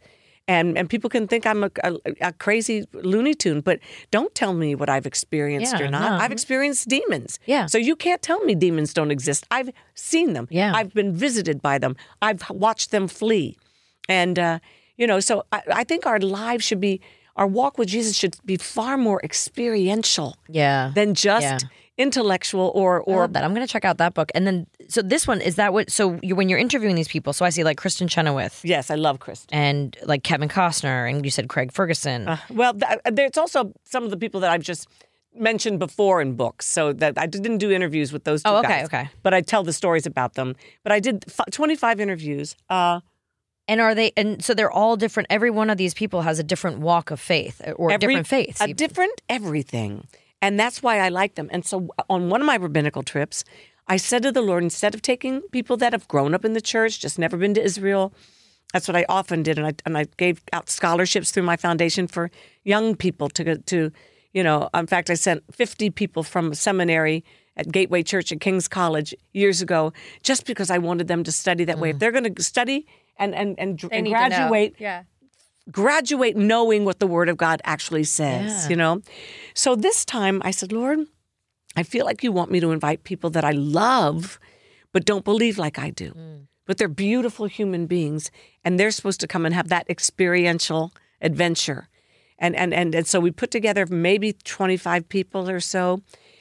And, and people can think I'm a, a, a crazy Looney Tune, but don't tell me what I've experienced
Yeah,
or not.
no.
I've experienced demons.
Yeah.
So you can't tell me demons don't exist. I've seen them.
Yeah.
I've been visited by them. I've watched them flee. And, uh, you know, so I, I think our lives should be, our walk with Jesus should be far more experiential
Yeah.
than just
Yeah.
intellectual or,
I
or
love that. I'm gonna check out that book. And then so this one is that what so you when you're interviewing these people, so I see like Kristen Chenoweth
yes, I love Chris.
and like Kevin Costner and you said Craig Ferguson.
Uh, Well, th- there's also some of the people that I've just mentioned before in books, so that I didn't do interviews with those two
Oh, okay,
guys,
okay.
But I tell the stories about them. But I did f- 25 interviews. Uh,
and are they and so they're all different every one of these people has a different walk of faith or
every-
different faiths.
a
even.
different everything, and that's why I like them. And so uh, on one of my rabbinical trips, I said to the Lord, instead of taking people that have grown up in the church, just never been to Israel. That's what I often did, and I and I gave out scholarships through my foundation for young people to go to, you know. In fact, I sent fifty people from seminary at Gateway Church at King's College years ago, just because I wanted them to study that way. If they're going to study and and and, and
need to know.
graduate,
Yeah.
graduate knowing what the Word of God actually says, you know? So this time I said, Lord, I feel like you want me to invite people that I love, but don't believe like I do. But they're beautiful human beings, and they're supposed to come and have that experiential adventure. And, and, and, and so we put together maybe 25 people or so,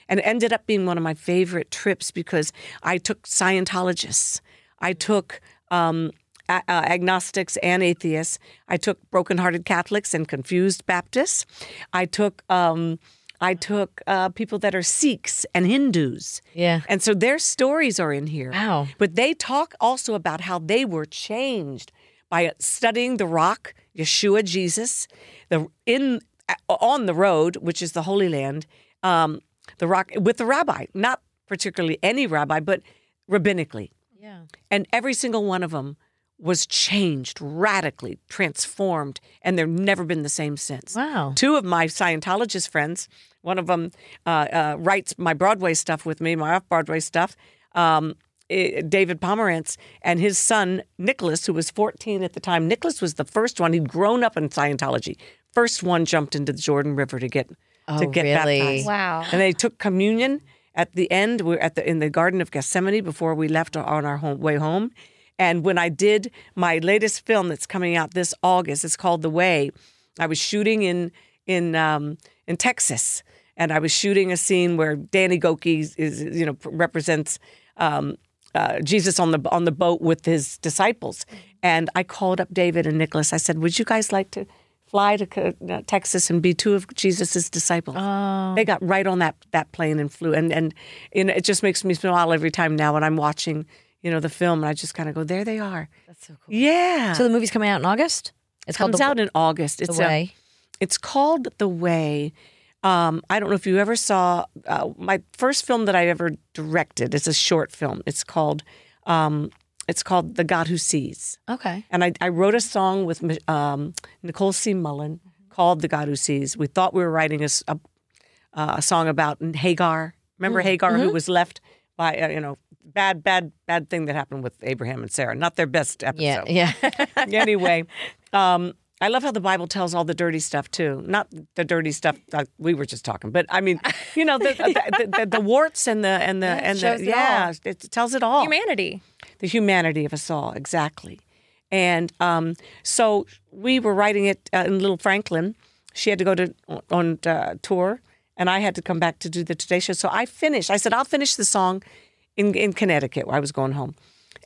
and it ended up being one of my favorite trips because I took Scientologists, I took um, a- uh, agnostics and atheists. I took brokenhearted Catholics and confused Baptists. I took um, I took uh, people that are Sikhs and Hindus.
Yeah.
And so their stories are in here.
Wow.
But they talk also about how they were changed by studying the rock, Yeshua Jesus, the in uh, on the road, which is the Holy Land, um, the rock with the rabbi, not particularly any rabbi, but rabbinically.
Yeah.
And every single one of them was changed, radically transformed, and they've never been the same since.
Wow.
Two of my Scientologist friends, one of them uh, uh, writes my Broadway stuff with me, my off Broadway stuff, um, i- David Pomerantz, and his son, Nicholas, who was 14 at the time. Nicholas was the first one. He'd grown up in Scientology. First one jumped into the Jordan River to get
Oh,
to get
really?
baptized.
Wow.
And they took communion at the end. We're at the in the Garden of Gethsemane before we left on our home, way home. And when I did my latest film that's coming out this August, it's called The Way. I was shooting in in um, in Texas, and I was shooting a scene where Danny Goki is, is you know represents um, uh, Jesus on the on the boat with his disciples. And I called up David and Nicholas. I said, "Would you guys like to fly to uh, Texas and be two of Jesus's disciples?"
Oh.
They got right on that that plane and flew. And and you know, it just makes me smile every time now when I'm watching you know the film, and I just kind of go, "There they are." That's so cool. Yeah.
So the movie's coming out in August? It's called
comes
the,
out in August.
the
It's a-
Way.
it's called The Way. Um, I don't know if you ever saw uh, my first film that I ever directed. It's a short film. It's called um, It's called The God Who Sees.
okay.
And I, I wrote a song with um, Nicole C. Mullen called The God Who Sees. We thought we were writing a, s- a- uh, a song about Hagar. Remember
Mm-hmm.
Hagar, who was left by uh, you know bad, bad, bad thing that happened with Abraham and Sarah. Not their best episode
Yeah. Yeah.
anyway, um, I love how the Bible tells all the dirty stuff too. Not the dirty stuff that we were just talking, but I mean, you know, the the, the, the, the warts and the and the and
shows
the
it
yeah, it tells it all
Humanity.
the humanity of us all exactly and um, so we were writing it uh, in little franklin she had to go to on uh, tour and I had to come back to do the Today Show. So I finished. I said, I'll finish the song in, in Connecticut where I was going home.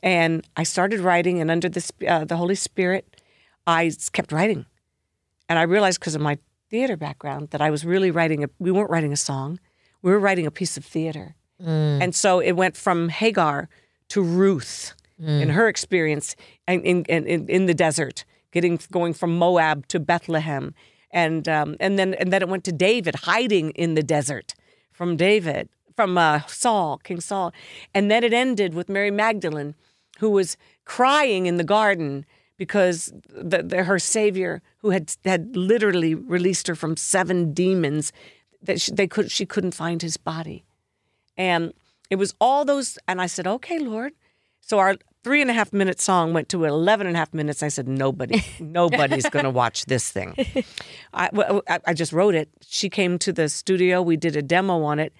And I started writing, and under the, sp- uh, the Holy Spirit, I s- kept writing. And I realized because of my theater background that I was really writing, a, we weren't writing a song, we were writing a piece of theater. And so it went from Hagar to Ruth in her experience in, in, in, in the desert, getting going from Moab to Bethlehem. And, um, and, then, and then it went to David hiding in the desert from David, from uh, Saul, King Saul. And then it ended with Mary Magdalene, who was crying in the garden because the, the, her savior, who had, had literally released her from seven demons, that she, they could, she couldn't find his body. And it was all those. And I said, okay, Lord. So our three and a half minute song went to 11 and a half minutes. I said, nobody, nobody's going to watch this thing. I, w- I- I just wrote it. She came to the studio. We did a demo on it.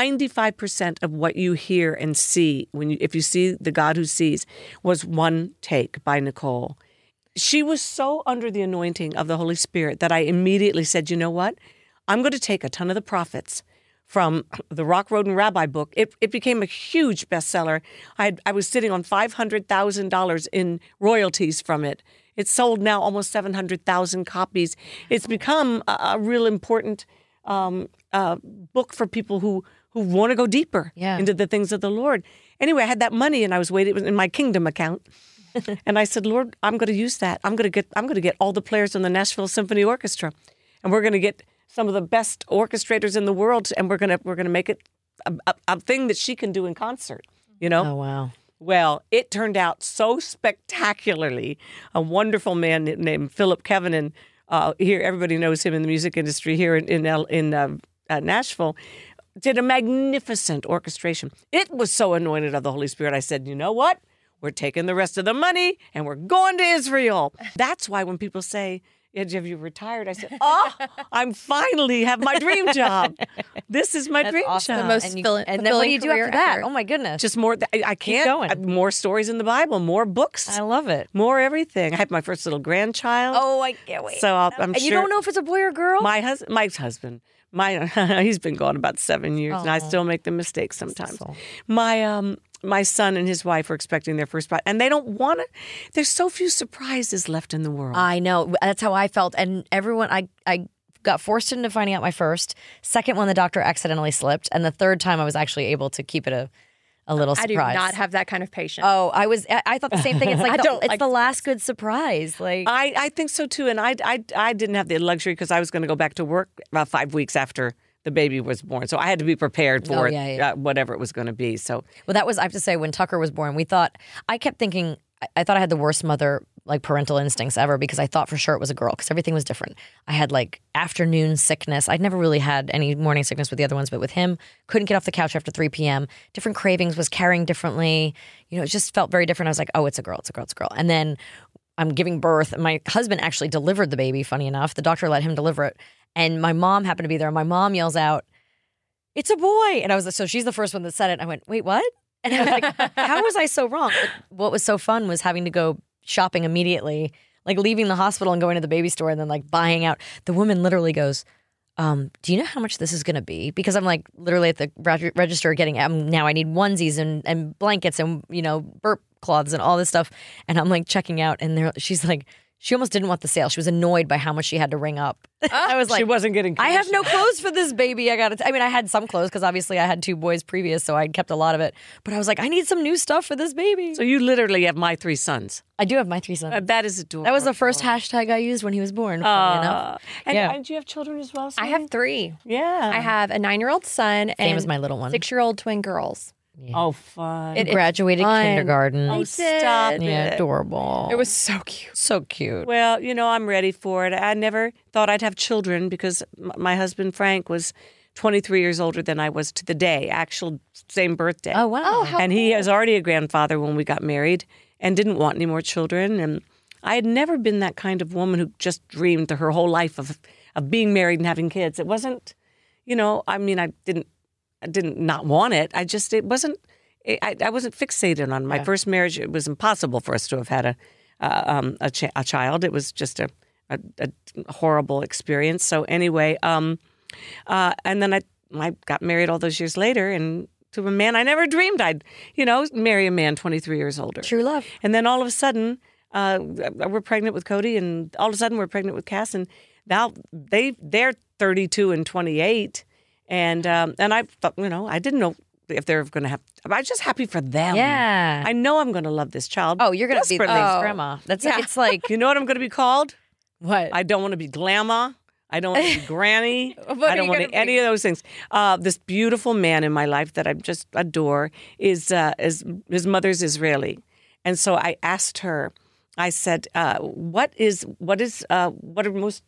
95% of what you hear and see when you, if you see the God who sees was one take by Nicole. She was so under the anointing of the Holy Spirit that I immediately said, "You know what? I'm going to take a ton of the prophets from the Rock Road and Rabbi book. It, it became a huge bestseller. I had, I was sitting on five hundred thousand dollars in royalties from it. It's sold now almost seven hundred thousand copies. It's become a, a real important um, uh, book for people who who want to go deeper
Yeah.
into the things of the Lord. Anyway, I had that money and I was waiting it was in my kingdom account. and I said, Lord, I'm going to use that. I'm going to get I'm going to get all the players in the Nashville Symphony Orchestra, and we're going to get some of the best orchestrators in the world, and we're going to we're going to make it a, a, a thing that she can do in concert. You know,
Oh wow.
well, it turned out so spectacularly. A wonderful man named Philip Kevinin, uh, here everybody knows him in the music industry here in in, L- in uh, uh, Nashville, did a magnificent orchestration. It was so anointed of the Holy Spirit. I said, you know what? We're taking the rest of the money and we're going to Israel. That's why when people say, "Yeah, have you retired? I said, oh, I'm finally have my dream job. This is my dream job.
The most
and you,
fill-
and then what do you do
fulfilling
after
career
that?
ever.
Oh my goodness.
Just more. I, I can't.
going.
I- more stories in the Bible. More books
I love it.
more everything. I had my first little grandchild.
Oh, I can't wait.
so I'll, I'm
and
sure
you don't know if it's a boy or girl?
my husband, my husband, my he's been gone about seven years, and I still make the mistake sometimes. My um, my son and his wife are expecting their first bride, and they don't want to. There's so few surprises left in the world.
I know. That's how I felt. And everyone, I, I got forced into finding out my first, second one, the doctor accidentally slipped, and the third time I was actually able to keep it a, a little
I do
surprise.
not have that kind of patience.
Oh, I was. I, I thought the same thing. It's like the,
don't
it's
like
the last good surprise. Like
I, I think so too, and I I, I didn't have the luxury because I was going to go back to work about five weeks after the baby was born, so I had to be prepared for it,
Oh, yeah, yeah.
Uh, whatever it was going to be. So
Well, that was I have to say when Tucker was born, we thought I kept thinking I- I thought I had the worst mother like parental instincts ever because I thought for sure it was a girl because everything was different. I had like afternoon sickness. I'd never really had any morning sickness with the other ones, but with him, couldn't get off the couch after 3 p.m. Different cravings, was carrying differently. You know, it just felt very different. I was like, oh, it's a girl, it's a girl, it's a girl. And then I'm giving birth. and My husband actually delivered the baby, funny enough. The doctor let him deliver it. And my mom happened to be there. My mom yells out, it's a boy. And I was so she's the first one that said it. And I went, wait, what? And I was like, how was I so wrong? But what was so fun was having to go shopping immediately, like leaving the hospital and going to the baby store and then like buying out. The woman literally goes, um, do you know how much this is going to be? Because I'm like literally at the reg- register getting um, now I need onesies and, and blankets and, you know, burp cloths and all this stuff. And I'm like checking out and there she's like, she almost didn't want the sale. She was annoyed by how much she had to ring up. I was like,
she wasn't getting.
I have no clothes for this baby. I got to. I mean, I had some clothes because obviously I had two boys previous, so I kept a lot of it. But I was like, I need some new stuff for this baby.
So you literally have my three sons.
I do have my three sons.
Uh, that is adorable.
That was the first hashtag I used when he was born. Funny enough,
And,
Yeah.
and do you have children as well?
I
sweetie?
have three.
Yeah.
I have a nine-year-old son
same
and
as my little one.
six-year-old twin girls.
Oh, fun.
It- it's
Graduated
fun.
kindergarten.
oh, stop it.
yeah, adorable.
It was so cute.
so cute.
Well, you know, I'm ready for it. I never thought I'd have children because m- my husband Frank was 23 years older than I was to the day, actual same birthday.
Oh wow.
Oh, how
and he was already a grandfather when we got married and didn't want any more children. And I had never been that kind of woman who just dreamed her whole life of, of being married and having kids. It wasn't, you know, I mean, I didn't, I didn't not want it. I just, it wasn't, I, I wasn't fixated on my first marriage. It was impossible for us to have had a, uh, um, a, ch- a child. It was just a, a, a horrible experience. So anyway, um, Uh, and then I, I got married all those years later and to a man I never dreamed I'd, you know, marry a man 23 years older.
True love.
And then all of a sudden, uh, we're pregnant with Cody, and all of a sudden we're pregnant with Cass, and now they they're 32 and 28, and um, and I thought, you know I didn't know if they're going to have. I'm just happy for them.
Yeah.
I know I'm going to love this child.
Oh, you're gonna be
desperately.
Liz grandma. That's
Yeah.
it's like
You know what I'm going to be called?
what?
I don't want to be glamour. I don't want to be granny.
are
I don't
you
want
gonna
to any of those things. Uh, this beautiful man in my life that I just adore is uh, is his mother's Israeli, and so I asked her. I said, uh, "What is what is uh, what are most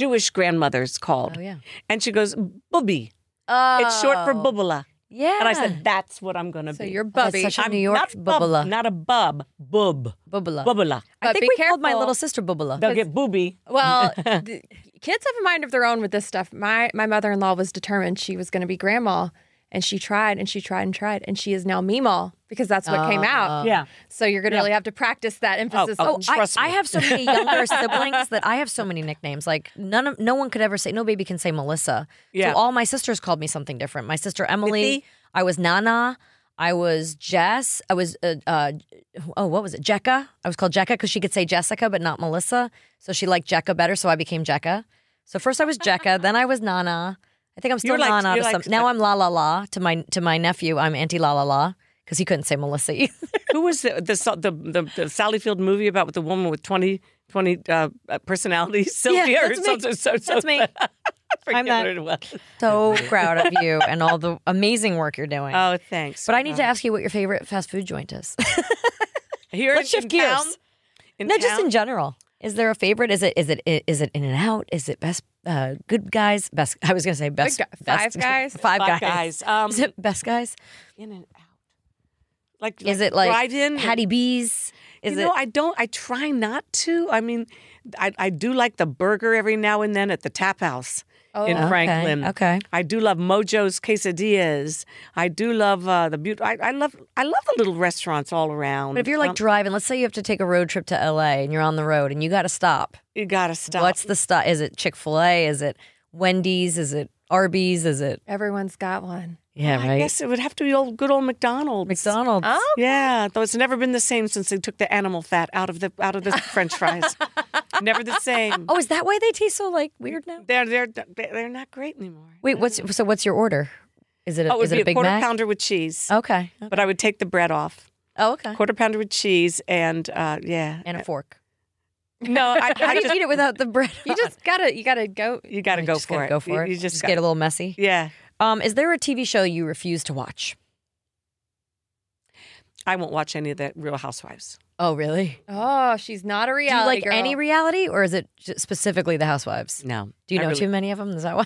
Jewish grandmothers called?"
Oh, yeah. Oh.
and she goes, "Bubi." It's short for bubula.
Uh, Yeah.
And I said, "That's what I'm going to
So
be."
you're
That's
bubby.
such a
I'm
New York
not bub-
bubula.
not a bub, bub,
Bubula.
bubula.
I
But
think
be
we called my
careful.
little sister Bubula.
They'll get booby.
Well, the kids have a mind of their own with this stuff. My my mother in law was determined she was going to be grandma, and she tried and she tried and tried, and she is now meemaw because that's what came
Ah.
out.
Yeah.
So you're going to really have to practice that emphasis.
oh,
on-
I- Trust
I, I
me.
have so many younger siblings that I have so many nicknames. Like none of no one could ever say no baby can say Melissa.
Yeah.
So all my sisters called me something different. My sister Emily.
Mithy?
I was Nana. I was Jess. I was uh, uh oh what was it? Jekka. I was called Jekka because she could say Jessica but not Melissa. So she liked Jekka better. So I became Jekka. So first I was Jekka, then I was Nana. I think I'm still
You're like-
Nana to
you're like uh
some. now I'm La La La to my to my nephew. I'm Auntie La La La because he couldn't say Melissa either.
Who was the the, Sa- the the the Sally Field movie about with the woman with 20, 20 uh, uh, personalities? Sylvia
that's
or
me.
something. So, so,
That's me.
I forget
I'm that.
what it was.
so proud of you and all the amazing work you're doing.
Oh, thanks.
but I need to ask you what your favorite fast food joint is.
Here
let's
in
shift
town,
gears.
in
no, just
town?
in general. Is there a favorite? Is it is it is it In and Out? Is it best uh, good guys? Best I was gonna say best,
Good Guy- Five
best-
Guys?
Five,
Five
guys.
guys. Um,
Is it best guys?
in and out. Like,
Is it like
drive-in?
Hattie B's? Is
you
it
know, I don't. I try not to. I mean, I, I do like the burger every now and then at the tap house in
Oh, Okay,
Franklin.
okay.
I do love Mojo's quesadillas. I do love uh, the beaut. I, I love. I love the little restaurants all around.
But if you're like driving, let's say you have to take a road trip to LA and you're on the road and you got to stop.
you gotta stop.
What's the stop? Is it Chick Fil A? Is it Wendy's? Is it Arby's? Is it
Everyone's got one.
yeah
I
right?
guess it would have to be old, good old McDonald's.
McDonald's.
Yeah, though it's never been the same since they took the animal fat out of the out of the French fries. never the same.
Oh, is that why they taste so like weird now?
They're they're they're not great anymore.
Wait, what's so? What's your order? Is it a,
Oh, it would
is it
be
a Big
quarter
Mac? Oh,
pounder with cheese.
Okay.
But I would take the bread off.
Oh, okay.
Quarter pounder with cheese and uh, yeah.
And a fork.
no, I,
How
I
do you
just,
eat it without the bread?
You just gotta you gotta go.
you got to
You
go
just
for
gotta
it.
Go for
you,
it.
You just,
get
got,
a little messy.
yeah.
Um, is there a TV show you refuse to watch?
I won't watch any of the Real Housewives.
Oh, really?
Oh, she's not a
Do you
reality
like
girl.
any reality, or is it ju- specifically The Housewives?
No,
Do you
I
know
really-
too many of them? Is that why?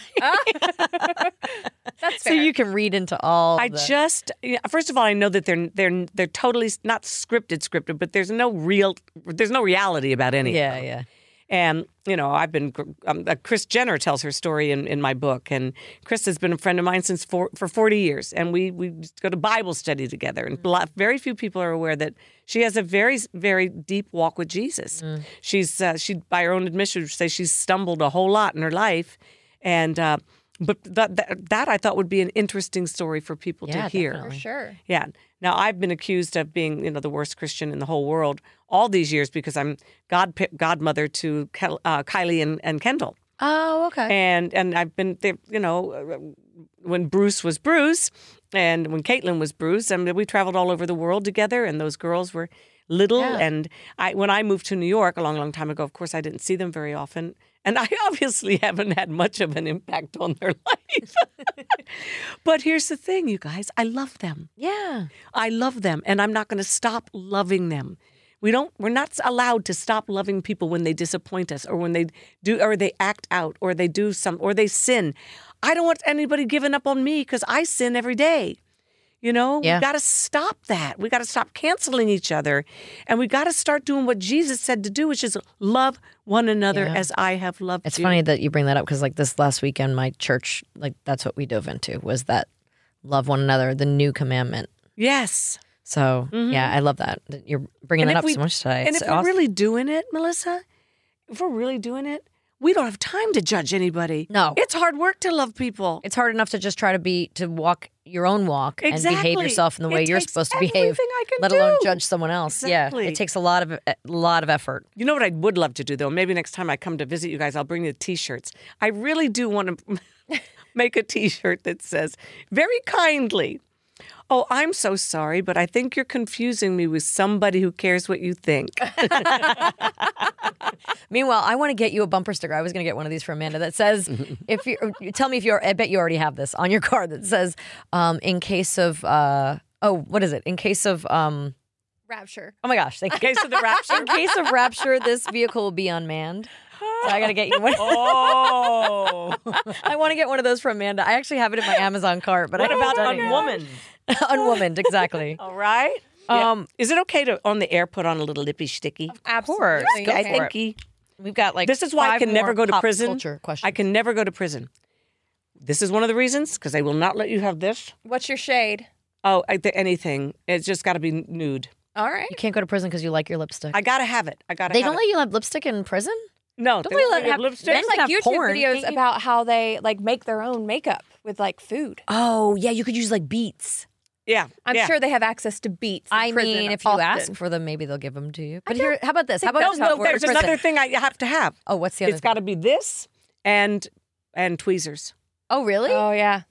That's
so
fair.
you can read into all.
I
the-
just yeah, first of all, I know that they're they're they're totally s- not scripted scripted, but there's no real there's no reality about any. of
yeah,
them.
yeah.
And you know, I've been gr- um, uh, Chris Jenner tells her story in, in my book, and Chris has been a friend of mine since for, for 40 years, and we we just go to Bible study together.
Mm.
And lot, very few people are aware that she has a very very deep walk with Jesus.
Mm.
She's uh, she by her own admission would say she's stumbled a whole lot in her life, and. Uh, but that, that that I thought would be an interesting story for people
Yeah,
to hear.
definitely.
for sure.
Yeah. Now I've been accused of being, you know, the worst Christian in the whole world all these years because I'm god godmother to Kel, uh, Kylie and, and Kendall,
Oh, okay.
and and I've been, they- you know, uh, when Bruce was Bruce, and when Caitlin was Bruce, I mean, we traveled all over the world together, and those girls were little. And I, when I moved to New York a long, long time ago, of course, I didn't see them very often, and I obviously haven't had much of an impact on their life. but here's the thing, you guys, I love them.
Yeah.
I love them and I'm not going to stop loving them. We don't we're not allowed to stop loving people when they disappoint us or when they do or they act out or they do some or they sin. I don't want anybody giving up on me cuz I sin every day. You know,
Yeah.
we got to stop that. We got to stop canceling each other and we got to start doing what Jesus said to do, which is love one another
Yeah.
as I have loved
It's
you.
funny that you bring that up because like this last weekend, my church, like that's what we dove into was that love one another, the new commandment.
Yes.
So yeah, I love that, that you're bringing
And
that up
if we-
so much today.
And
It's
if
awesome.
we're really doing it, Melissa, if we're really doing it, we don't have time to judge anybody.
No.
It's hard work to love people.
It's hard enough to just try to be to walk your own walk and behave
Exactly.
yourself in the
It
way you're
takes
supposed to behave,
everything I can
let alone
do.
judge someone else. Yeah,
Exactly.
it takes a lot of a lot of effort.
You know what I would love to do though? Maybe next time I come to visit you guys, I'll bring you t-shirts. I really do want to make a t-shirt that says very kindly, "Oh, I'm so sorry, but I think you're confusing me with somebody who cares what you think."
Meanwhile, I want to get you a bumper sticker. I was going to get one of these for Amanda that says, "If you tell me if you're, I bet you already have this on your car that says, um, in case of, uh, oh, what is it? In case of, um,
Rapture.
oh my gosh, thank you.
Okay, so the rapture.
in case of rapture, this vehicle will be unmanned. So I got to get you one.
Oh.
I want to get one of those for Amanda. I actually have it in my Amazon cart, but
What
I haven't
about
done it yet.
unwoman?
Unwomaned, exactly.
All right.
Um,
Is it okay to on the air put on a little lippy sticky?
course.
Absolutely.
Go
I
for
think he-
We've got like
This is why I
five
can never
more
go to
pop
prison.
Culture question.
I can never go to prison. This is one of the reasons because they will not let you have this.
What's your shade?
Oh, I th- anything. It's just got to be nude.
All right.
you can't go to prison because you like your lipstick.
I gotta have it. I gotta.
they
have
don't
it.
let you have lipstick in prison.
No,
don't
they
they
don't
let
let you have
have
lipstick.
men-
There's like
have
YouTube
porn,
videos
can't you?
about how they like make their own makeup with like food.
Oh yeah, you could use like beats.
Yeah,
I'm
yeah.
sure they have access to beats. in
I
prison
mean, if you
often.
ask for them, maybe they'll give them to you. But here, how about this? How
think
about
that's
just how
how
it
it
works
There's
in prison?
another thing I have to have.
Oh, what's the other?
It's got to be this and and tweezers.
thing? Oh, really?
Oh yeah.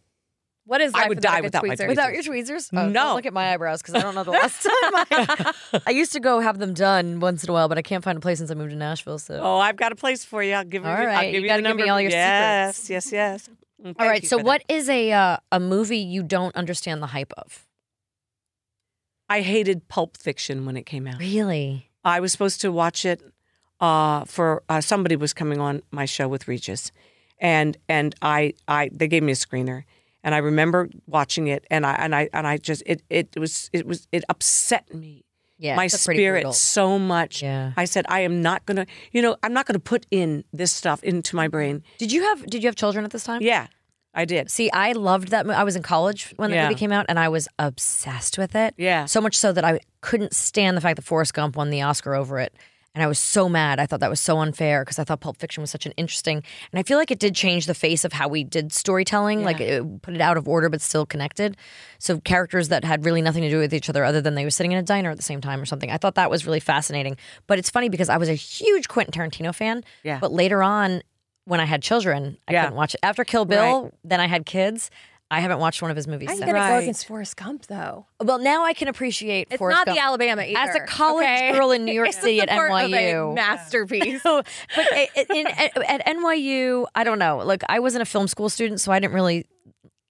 What is
I
life
would
without
die
a good
without my
tweezer?
tweezers.
Without your tweezers? Oh,
No.
Don't look at my eyebrows because I don't know the last time. I, I used to go have them done once in a while, but I can't find a place since I moved to Nashville. So.
Oh, I've got a place for you. I'll give you.
All
I'll
right, you
give the
gotta give me
number.
all your
yes, Yes, yes, Mm, yes.
All right. So, what is a uh, a movie you don't understand the hype of?
I hated Pulp Fiction when it came out.
Really?
I was supposed to watch it uh, for uh, somebody was coming on my show with Regis, and and I I they gave me a screener, and I remember watching it, and I and I and I just it it was it was it upset me
Yeah.
my
it's pretty
spirit
brutal.
so much.
Yeah.
I said I am not gonna you know I'm not gonna put in this stuff into my brain.
Did you have Did you have children at this time?
Yeah, I did.
See, I loved that movie. I was in college when that
Yeah.
movie came out, and I was obsessed with it.
Yeah.
So much so that I couldn't stand the fact that Forrest Gump won the Oscar over it. And I was so mad. I thought that was so unfair because I thought Pulp Fiction was such an interesting. And I feel like it did change the face of how we did storytelling. Like it put it out of order, but still connected. So characters that had really nothing to do with each other, other than they were sitting in a diner at the same time or something. I thought that was really fascinating. But it's funny because I was a huge Quentin Tarantino fan.
Yeah.
But later on, when I had children, I
Yeah.
couldn't watch it. After Kill Bill, then I had kids. I haven't watched one of his movies
I'm
since.
gonna go
Right.
against Forrest Gump though.
Well, now I can appreciate
It's
Forrest
not
Gump.
the Alabama either.
As a college
okay?
girl in New York
It's the
City at
support of a
NYU.
masterpiece.
but i- i- in, at, at NYU, I don't know. Look, I wasn't a film school student, so I didn't really.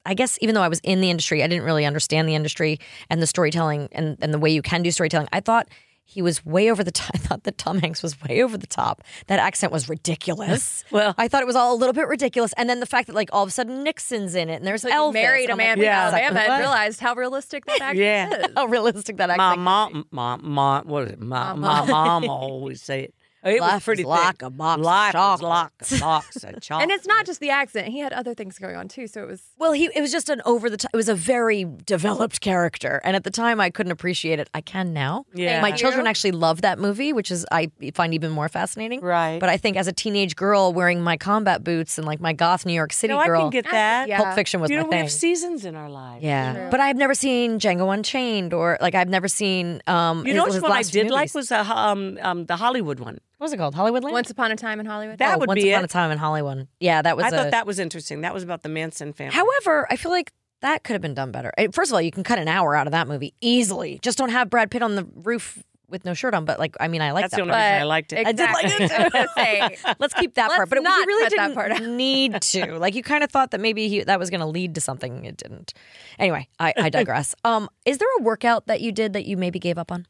I guess even though I was in the industry, I didn't really understand the industry and the storytelling and, and the way you can do storytelling. I thought he was way over the top. I thought that Tom Hanks was way over the top. That accent was ridiculous.
Well-
I thought it was all a little bit ridiculous. And then the fact that like all of a sudden Nixon's in it and there's
Like,
Elvis.
married a
and I'm like,
man from
Yeah.
Alabama
What?
and realized how realistic that actually
Yeah.
is.
how realistic that
My
accent.
mom, my mom, what is it? My, my mom always say it. It
Life
was
is
pretty thick.
like a box of
Life is
chocolate.
like a box of chocolate.
And it's not just the accent. He had other things going on too, so it was
Well, he it was just an over the top. It was a very developed character, and at the time I couldn't appreciate it. I can now.
Yeah.
my
Thank
children
you.
actually love that movie, which is I find even more fascinating.
Right.
But I think as a teenage girl wearing my combat boots and like my goth New York City
No, I
girl,
can get that.
yeah.
Pulp Fiction was
you know,
my
we
thing.
have seasons in our lives.
yeah, but I've never seen Django Unchained or like I've never seen. Um,
You
his-
know
his
what I
last few
did like
movies.
was a, um, um, the Hollywood one.
what was it called? Hollywoodland.
Once Upon a Time in Hollywood.
That
Oh,
would
Once
be
upon a
it.
time in Hollywood. Yeah, that was.
I
a-
thought that was interesting. That was about the Manson family.
However, I feel like that could have been done better. Uh, First of all, you can cut an hour out of that movie easily. Just don't have Brad Pitt on the roof with no shirt on. But like, I mean, I like
That's
that.
the only
part.
reason I liked it.
I did like
Exactly.
it.
I was gonna say,
Let's keep that part.
Let's
But it, you
not
really
cut that
didn't
part out.
need to. Like, you kind of thought that maybe he, that was going to lead to something. It didn't. Anyway, I, I digress. um, is there a workout that you did that you maybe gave up on,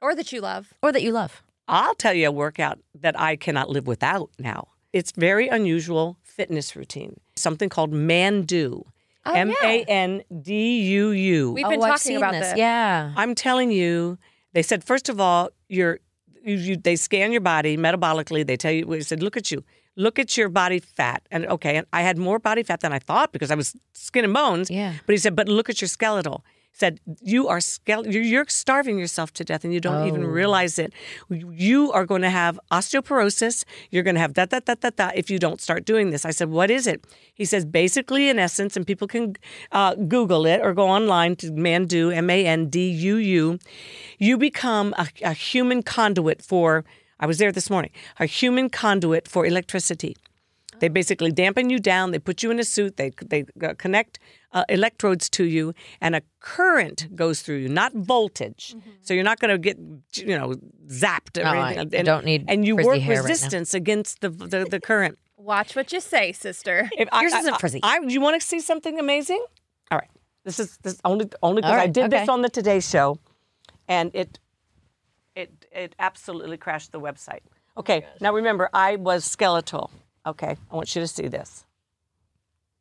or that you love.
or that you love?
I'll tell you a workout that I cannot live without now. It's very unusual fitness routine. Something called Mandu.
Oh,
M A
yeah.
N D U U.
We've been
Oh, I've
talking
seen
about this.
Yeah.
I'm telling you, they said first of all, you're you, you they scan your body metabolically. They tell you they said look at you, look at your body fat. And okay, and I had more body fat than I thought because I was skin and bones.
Yeah.
But he said, but look at your skeletal. said, "You are scal- you're- you're starving yourself to death, and you don't even
Oh.
realize it. You are going to have osteoporosis. You're going to have that that that that that if you don't start doing this." I said, "What is it?" He says, "Basically, in essence, and people can uh, Google it or go online to Mandu M A N D U U. You become a, a human conduit for." I was there this morning. A human conduit for electricity. They basically dampen you down. They put you in a suit. They they uh, connect uh, electrodes to you, and a current goes through you, not voltage.
Mm-hmm.
So you're not going to get you know zapped or
No, I
anything. And,
don't need
and you
frizzy
work
hair right now.
resistance against the the, the current.
Watch what you say, sister.
If
Yours isn't frizzy.
I, you want to see something amazing? All right. This is this only only because
All
I
right,
did this
okay.
on the Today Show, and it it it absolutely crashed the website. Okay. now remember, I was skeletal. Okay. I want you to see this.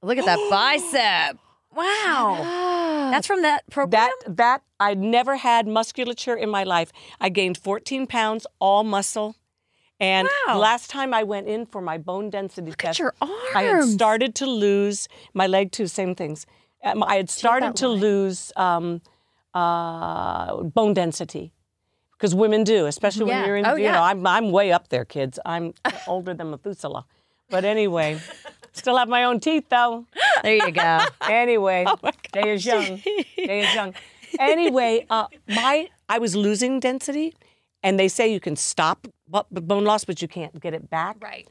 Look at that bicep. Wow. That's from that program.
That that I never had musculature in my life. I gained 14 pounds, all muscle. And
Wow.
last time I went in for my bone density test,
your
I had
arms.
started to lose my leg too. Same things. Um, I had started to lose um, uh, bone density because women do, especially when
Yeah.
you're in.
Oh,
you
yeah.
know, I'm I'm way up there, kids. I'm older than Methuselah. But anyway, still have my own teeth though.
there you go. Oh
Anyway, day is young. Day is young. Anyway, uh, my I was losing density, and they say you can stop bu- bu- bone loss, but you can't get it back.
Right.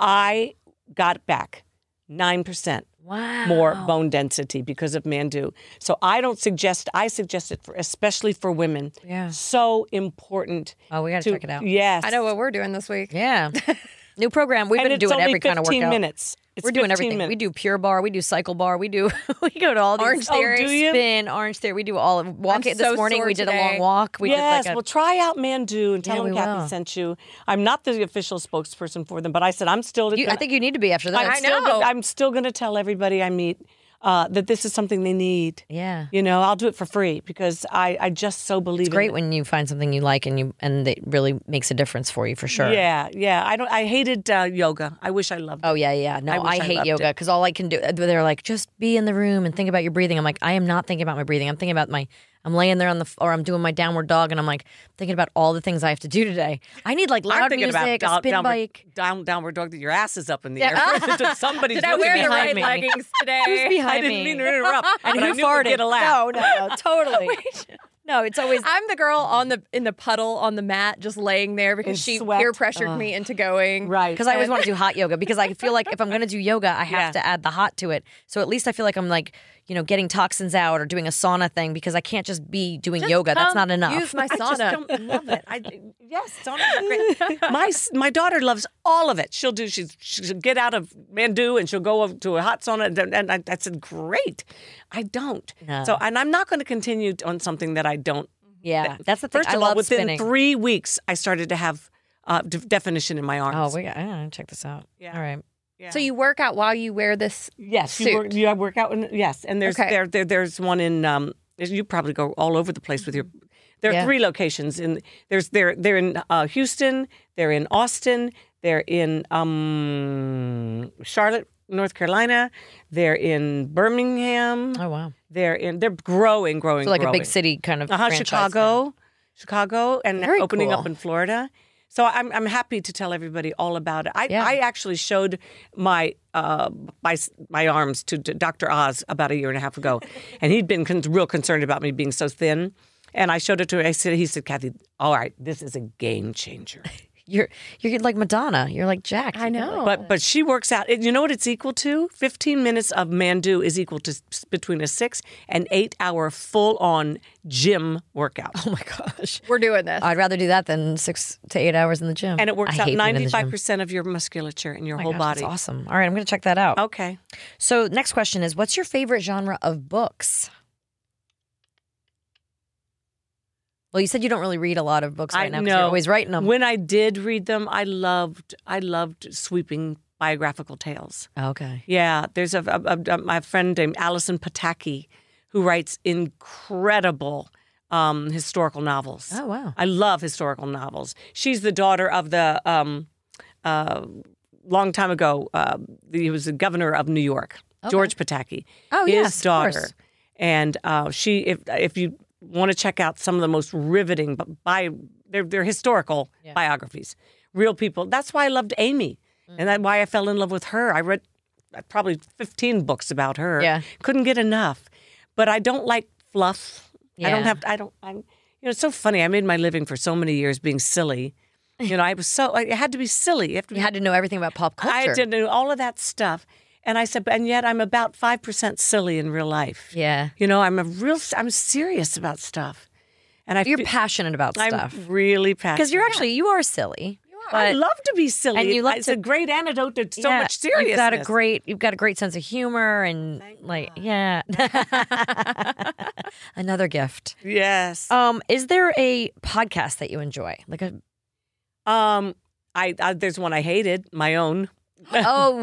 I got back nine percent
Wow.
more bone density because of mandu. So I don't suggest. I suggest it for especially for women.
Yeah.
So important.
Oh, we gotta
to-
check it out.
Yes,
I know what we're doing this week.
Yeah. New program. We've
And
been
it's
doing
only
every kind of
15
workout.
minutes. It's
We're doing
15
everything.
Minutes.
We do Pure Bar. We do Cycle Bar. We do. we go to all these.
Orange
oh,
Theory.
do you? Spin. Orange Theory. We do all. of Walk
I'm
it this
so
morning.
sore
We did a
today.
long walk. We
yes,
did like a.
well, try out Mandu and tell
Yeah,
them
we
Kathy
will.
sent you. I'm not the official spokesperson for them, but I said I'm still.
you, I
gonna-
think you need to be after
I'm
that.
still
know.
Gonna, I'm still going to tell everybody I meet uh, that this is something they need.
Yeah.
You know, I'll do it for free because I, I just so believe
It's great
in
when you find something you like and you and it really makes a difference for you for sure.
Yeah, yeah. I don't. I hated uh, yoga. I wish I loved. it.
Oh yeah, yeah. No, I,
wish I
hate
loved
yoga because all I can do. They're like, just be in the room and think about your breathing. I'm like, I am not thinking about my breathing. I'm thinking about my. I'm laying there on the f- or I'm doing my downward dog and I'm like thinking about all the things I have to do today. I need like
I'm
loud
thinking
music, a
about
spin
down,
bike.
downward, down, downward dog that your ass is up in the air. Somebody's
Did I
looking
wear the
behind
right
me.
leggings today?
Who's
I
behind
didn't
me?
mean to interrupt.
and
but I
who
knew we'd
farted?
Get a laugh.
No, no, totally. no, it's always
I'm the girl on the in the puddle on the mat, just laying there because
In
she
sweat.
peer pressured me into going.
Right.
because I always want to do hot yoga because I feel like if I'm going to do yoga, I have
Yeah.
to add the hot to it. So at least I feel like I'm like you know getting toxins out or doing a sauna thing because I can't just be doing yoga. That's
Come
not enough.
Use my
I just
sauna.
don't love it. I, yes, sauna's great. My s- my daughter loves all of it. She'll do. She's she'll get out of Mandu and she'll go over to a hot sauna. And, and I, I said, great. I don't.
No.
So and I'm not going to continue on something that I don't.
yeah, that's the thing.
First
I
of
love
all, within
spinning.
three weeks, I started to have uh, de- definition in my
Oh,
arms.
we got, I gotta check this out.
Yeah.
All right.
Yeah.
So you work out while you wear this.
yes, you
suit.
work, you have workout. In, yes, and there's
Okay.
there, there there's one in. Um, you probably go all over the place with your. There are
Yeah.
three locations in. There's they're they're in uh, Houston. They're in Austin. They're in um, Charlotte, North Carolina. They're in Birmingham.
Oh wow.
They're in. They're growing, growing,
So like a
growing.
big city kind of.
Uh-huh,
franchise now.
Chicago, Chicago, and
Very
opening up
cool.
in Florida. So I'm I'm happy to tell everybody all about it. I,
Yeah.
I actually showed my uh my s- my arms to, to Dr. Oz about a year and a half ago, and he'd been con- real concerned about me being so thin. And I showed it to him. I said, he said, Kathy, all right, this is a game changer.
You're you're like Madonna. You're like Jack.
I know.
Oh.
But but she works out. You know what it's equal to? Fifteen minutes of Mandu is equal to s- between a six and eight hour full on gym workout.
Oh my gosh.
We're doing this.
I'd rather do that than six to eight hours in the gym.
and it works
Oh, I
out
hate being in the gym.
95% of your musculature in your
Oh my
whole
gosh,
body.
That's awesome. All right, I'm gonna check that out.
Okay.
So next question is, what's your favorite genre of books? Well, you said you don't really read a lot of books right now. 'cause You're always writing them.
When I did read them, I loved I loved sweeping biographical tales.
Oh, okay.
Yeah, there's a, a, a- my friend named Allison Pataki who writes incredible um, historical novels.
Oh wow.
I love historical novels. She's the daughter of the um, uh, long time um, ago. Uh, he was the governor of New York, George Pataki.
Oh,
his
yes, of course.
daughter. And uh, she, if if you want to check out some of the most riveting, but by they're, they're historical biographies, real people. That's why I loved Amy,
Mm.
and that's why I fell in love with her. I read uh, probably fifteen books about her.
Yeah.
couldn't get enough. But I don't like fluff. I
Yeah.
don't have. I don't. I'm. You know, it's so funny. I made my living for so many years being silly. You know, I was so. I had to be silly. You have to be
You had to know everything about pop culture.
I did do all of that stuff. And I said, and yet I'm about 5% silly in real life.
Yeah.
You know, I'm a real, I'm serious about stuff. And I
You're
feel-
passionate about
I'm
stuff.
really passionate.
Because you're actually, you are silly. You are.
I love to be silly.
and you love
it's
to-
a great antidote to so
yeah,
much seriousness.
You've got a great, you've got a great sense of humor and like, yeah. Another gift.
Yes.
Um, is there a podcast that you enjoy? Like a
Um, I, I there's one I hated, my own.
oh
Oh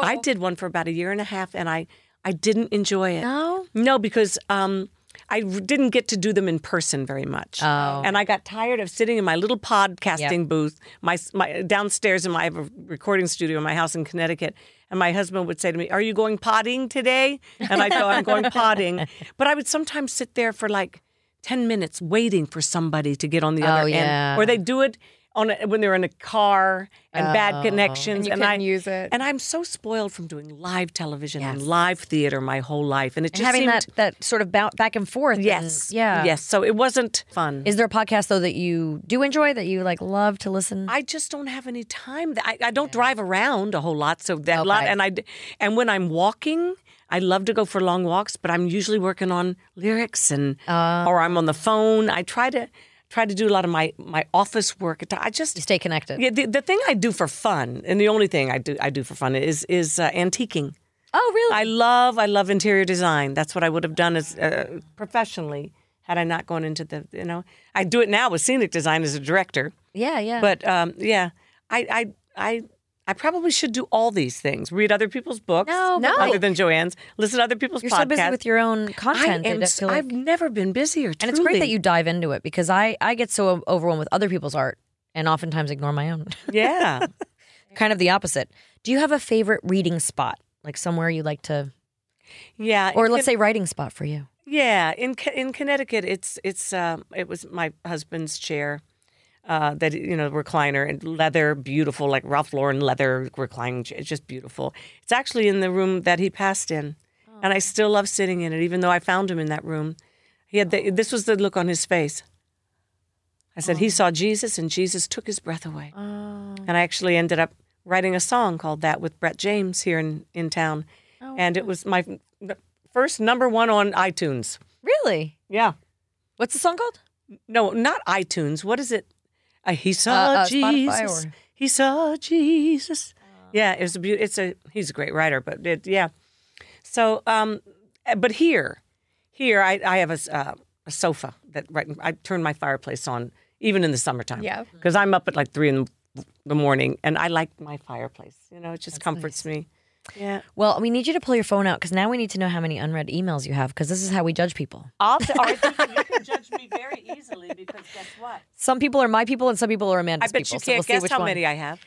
no!
I did one for about a year and a half, and I I didn't enjoy it.
no
No, because um, I r- didn't get to do them in person very much.
Oh.
And I got tired of sitting in my little podcasting booth, my, s- my downstairs in my I have a recording studio in my house in Connecticut. And my husband would say to me, "Are you going potting today?" And I go, "I'm going potting." But I would sometimes sit there for like ten minutes waiting for somebody to get on the
Oh,
other
yeah.
end, or they do it on a, when they're in a car and bad connections.
Oh. And you
I
couldn't use it.
And I'm so spoiled from doing live television and live theater my whole life, and it just
having
seemed
that that sort of bout, back and forth. and-
Yes.
yeah.
Yes. So it wasn't fun.
Is there a podcast though that you do enjoy that you like love to listen?
I just don't have any time. I, I don't drive around a whole lot, so that lot.
Okay.
And I d- and when I'm walking, I love to go for long walks, but I'm usually working on lyrics and
Oh.
or I'm on the phone. I try to try to do a lot of my my office work. I just
You stay connected.
yeah. The, the thing I do for fun, and the only thing I do I do for fun is is uh, antiquing.
Oh really?
I love I love interior design. That's what I would have done as uh, professionally had I not gone into the you know. I do it now with scenic design as a director,
yeah, yeah.
but um, yeah, I I I I probably should do all these things. Read other people's books,
No, but
other than Joanne's. Listen to other people's
you're
podcasts.
so busy with your own
I
content.
am.
don't
s-
feel like-
I've never been busier.
and it's great that you dive into it because I I get so overwhelmed with other people's art and oftentimes ignore my own.
Yeah.
kind of the opposite. Do you have a favorite reading spot? Like somewhere you like to,
Yeah.
or
it
let's
can-
say writing spot for you.
Yeah, in Co- in Connecticut, it's it's um, it was my husband's chair, uh, that you know recliner and leather, beautiful like Ralph Lauren leather reclining chair. It's just beautiful. It's actually in the room that he passed in, and I still love sitting in it, even though I found him in that room. He had the, this was the look on his face. I said he saw Jesus, and Jesus took his breath away. And I actually ended up writing a song called that with Brett James here in in town, and it was my f- first number one on iTunes.
Really?
Yeah.
What's the song called?
No, not iTunes. What is it? Uh, he saw
uh, Spotify
Jesus.
or-
He saw Jesus. Yeah, it was a beautiful. It's a he's a great writer, but it, yeah. So, um, uh, but here, here I, I have a, s- uh, a sofa that right, I turn my fireplace on even in the summertime.
Yeah.
because I'm up at like three in the morning, and I like my fireplace. You know, it just comforts me. Yeah,
Well, we need you to pull your phone out because now we need to know how many unread emails you have because this is how we judge people.
I'll t- or I think you can judge me very easily because guess what?
Some people are my people and some people are
I
Amanda's
bet
people.
you
so we'll
can't
see
guess
which
how
one.
many I have.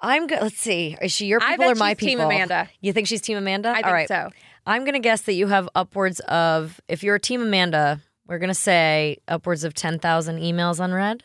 I'm good. Let's see. Is she your
I
people
bet
or my
she's Team
people?
Amanda.
You think she's Team Amanda? I
think so.
I'm gonna guess that you have upwards of. If you're a Team Amanda, we're gonna say upwards of ten thousand emails unread.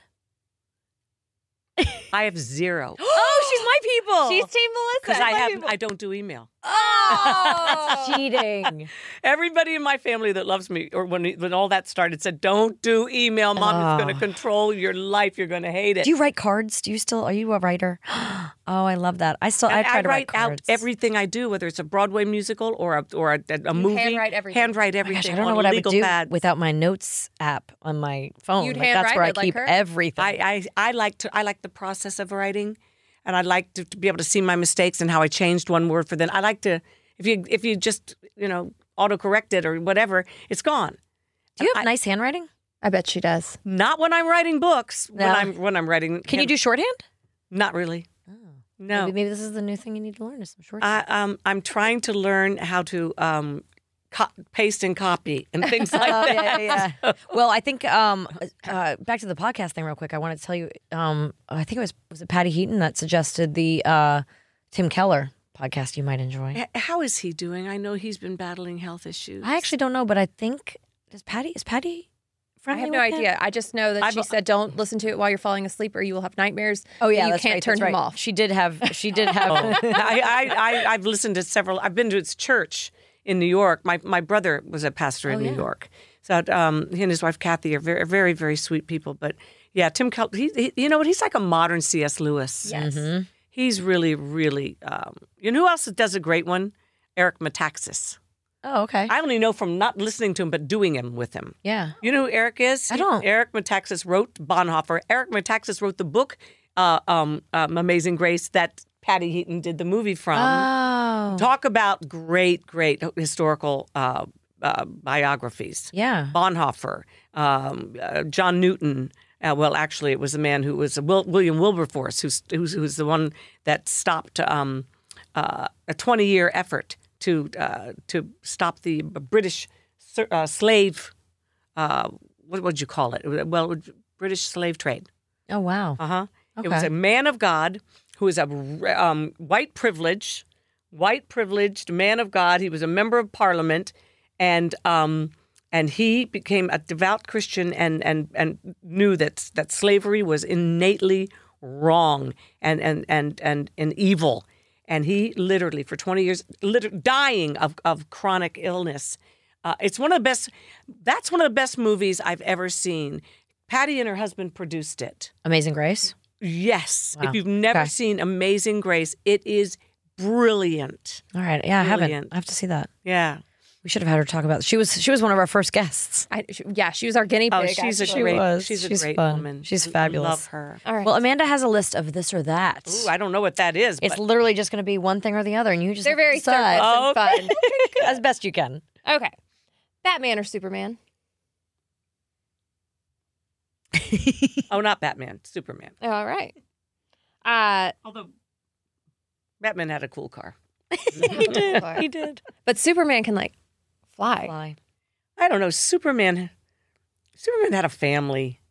I have zero.
Oh, she's my people.
She's Team Melissa.
because I have I don't do email.
Oh.
cheating.
Everybody in my family that loves me, or when when all that started, said, "Don't do email, mom. It's going to control your life. You're going to hate it."
Do you write cards? Do you still? Are you a writer? oh, I love that. I still. I
And
try to write,
out
cards.
everything I do, whether it's a Broadway musical or a or a, a movie.
handwrite everything.
Handwrite
Gosh,
everything.
I don't know
on
what I would
legal
do
pads.
without my notes app on my phone.
You'd
Like, that's
handwrite
where I
it like
keep
her?
everything.
I, I I like to I like the process of writing, and I like to, to be able to see my mistakes and how I changed one word for then. I like to if you if you just you know autocorrect it or whatever, it's gone.
do you have nice handwriting?
I bet she does.
Not when I'm writing books. When
No.
I'm when I'm writing,
Can you do shorthand?
Not really. No.
Maybe, maybe this is the new thing you need to learn is some shorthand.
I, um, I'm trying to learn how to um, co- paste and copy and things like that.
Oh, yeah, yeah, yeah. well, I think um, uh, back to the podcast thing real quick. I want to tell you. Um, I think it was was it Patty Heaton that suggested the uh, Tim Keller podcast you might enjoy.
H- How is he doing? I know he's been battling health issues.
I actually don't know, but I think does Patty is Patty
I
friendly?
have no
with him?
idea. I just know that
I've-
she said, "Don't listen to it while you're falling asleep, or you will have nightmares."
Oh yeah,
and you
that's
can't
right,
turn
that's
him
right. Oh.
off.
She did have. She did
I,
have.
I, I, I've listened to several. I've been to its church in New York. My my brother was a pastor
Oh,
in New York, so um, he and his wife Kathy are very, very, very sweet people. But yeah, Tim Kel, he, he, you know what? He's like a modern C.S. Lewis.
Yes.
Mm-hmm.
He's really, really. Um, you know who else does a great one? Eric Metaxas.
oh okay.
I only know from not listening to him, but doing him with him.
yeah.
You know who Eric is?
I don't.
Eric Metaxas wrote Bonhoeffer. Eric Metaxas wrote the book, uh, um, um, Amazing Grace, that Patty Heaton did the movie from.
Oh
Talk about great, great historical uh, uh, biographies.
yeah.
Bonhoeffer, um, uh, John Newton. Uh, well, actually, it was a man who was Wil- William Wilberforce, who's, who's who's the one that stopped um, uh, a 20 year effort to uh, to stop the British ser- uh, slave. Uh, what would you call it? Well, British slave trade.
Oh wow.
Uh huh. It was
Okay.
a man of God who was a um, white privilege, white privileged man of God. He was a member of Parliament, and um, and he became a devout Christian and and and knew that that slavery was innately wrong and and and and and evil. And he literally for twenty years, liter- dying of of chronic illness. Uh, it's one of the best. That's one of the best movies I've ever seen. Patty and her husband produced it.
Amazing Grace.
Yes.
Wow.
If you've never
Okay.
seen Amazing Grace, it is brilliant.
All right. Yeah, I haven't.
Brilliant.
I have to see that.
Yeah.
We should have had her talk about. She was. She was one of our first guests.
I, sh yeah, she was our guinea
Oh,
pig.
she's a
actually.
great.
was.
She's a
She's
great
fun.
woman.
She's
I
fabulous.
Love her.
All right.
Well, Amanda has a list of this or that.
Ooh, I don't know what that is.
it's
but
literally just going to be one thing or the other, and you just
they're
have to
very
decide.
serious and
Oh,
fun.
as best you can.
Okay, Batman or Superman?
oh, not Batman. Superman.
All right. Uh,
Although Batman had a cool car.
he did, but Superman can like fly.
Fly.
I don't know. Superman. Superman had a family.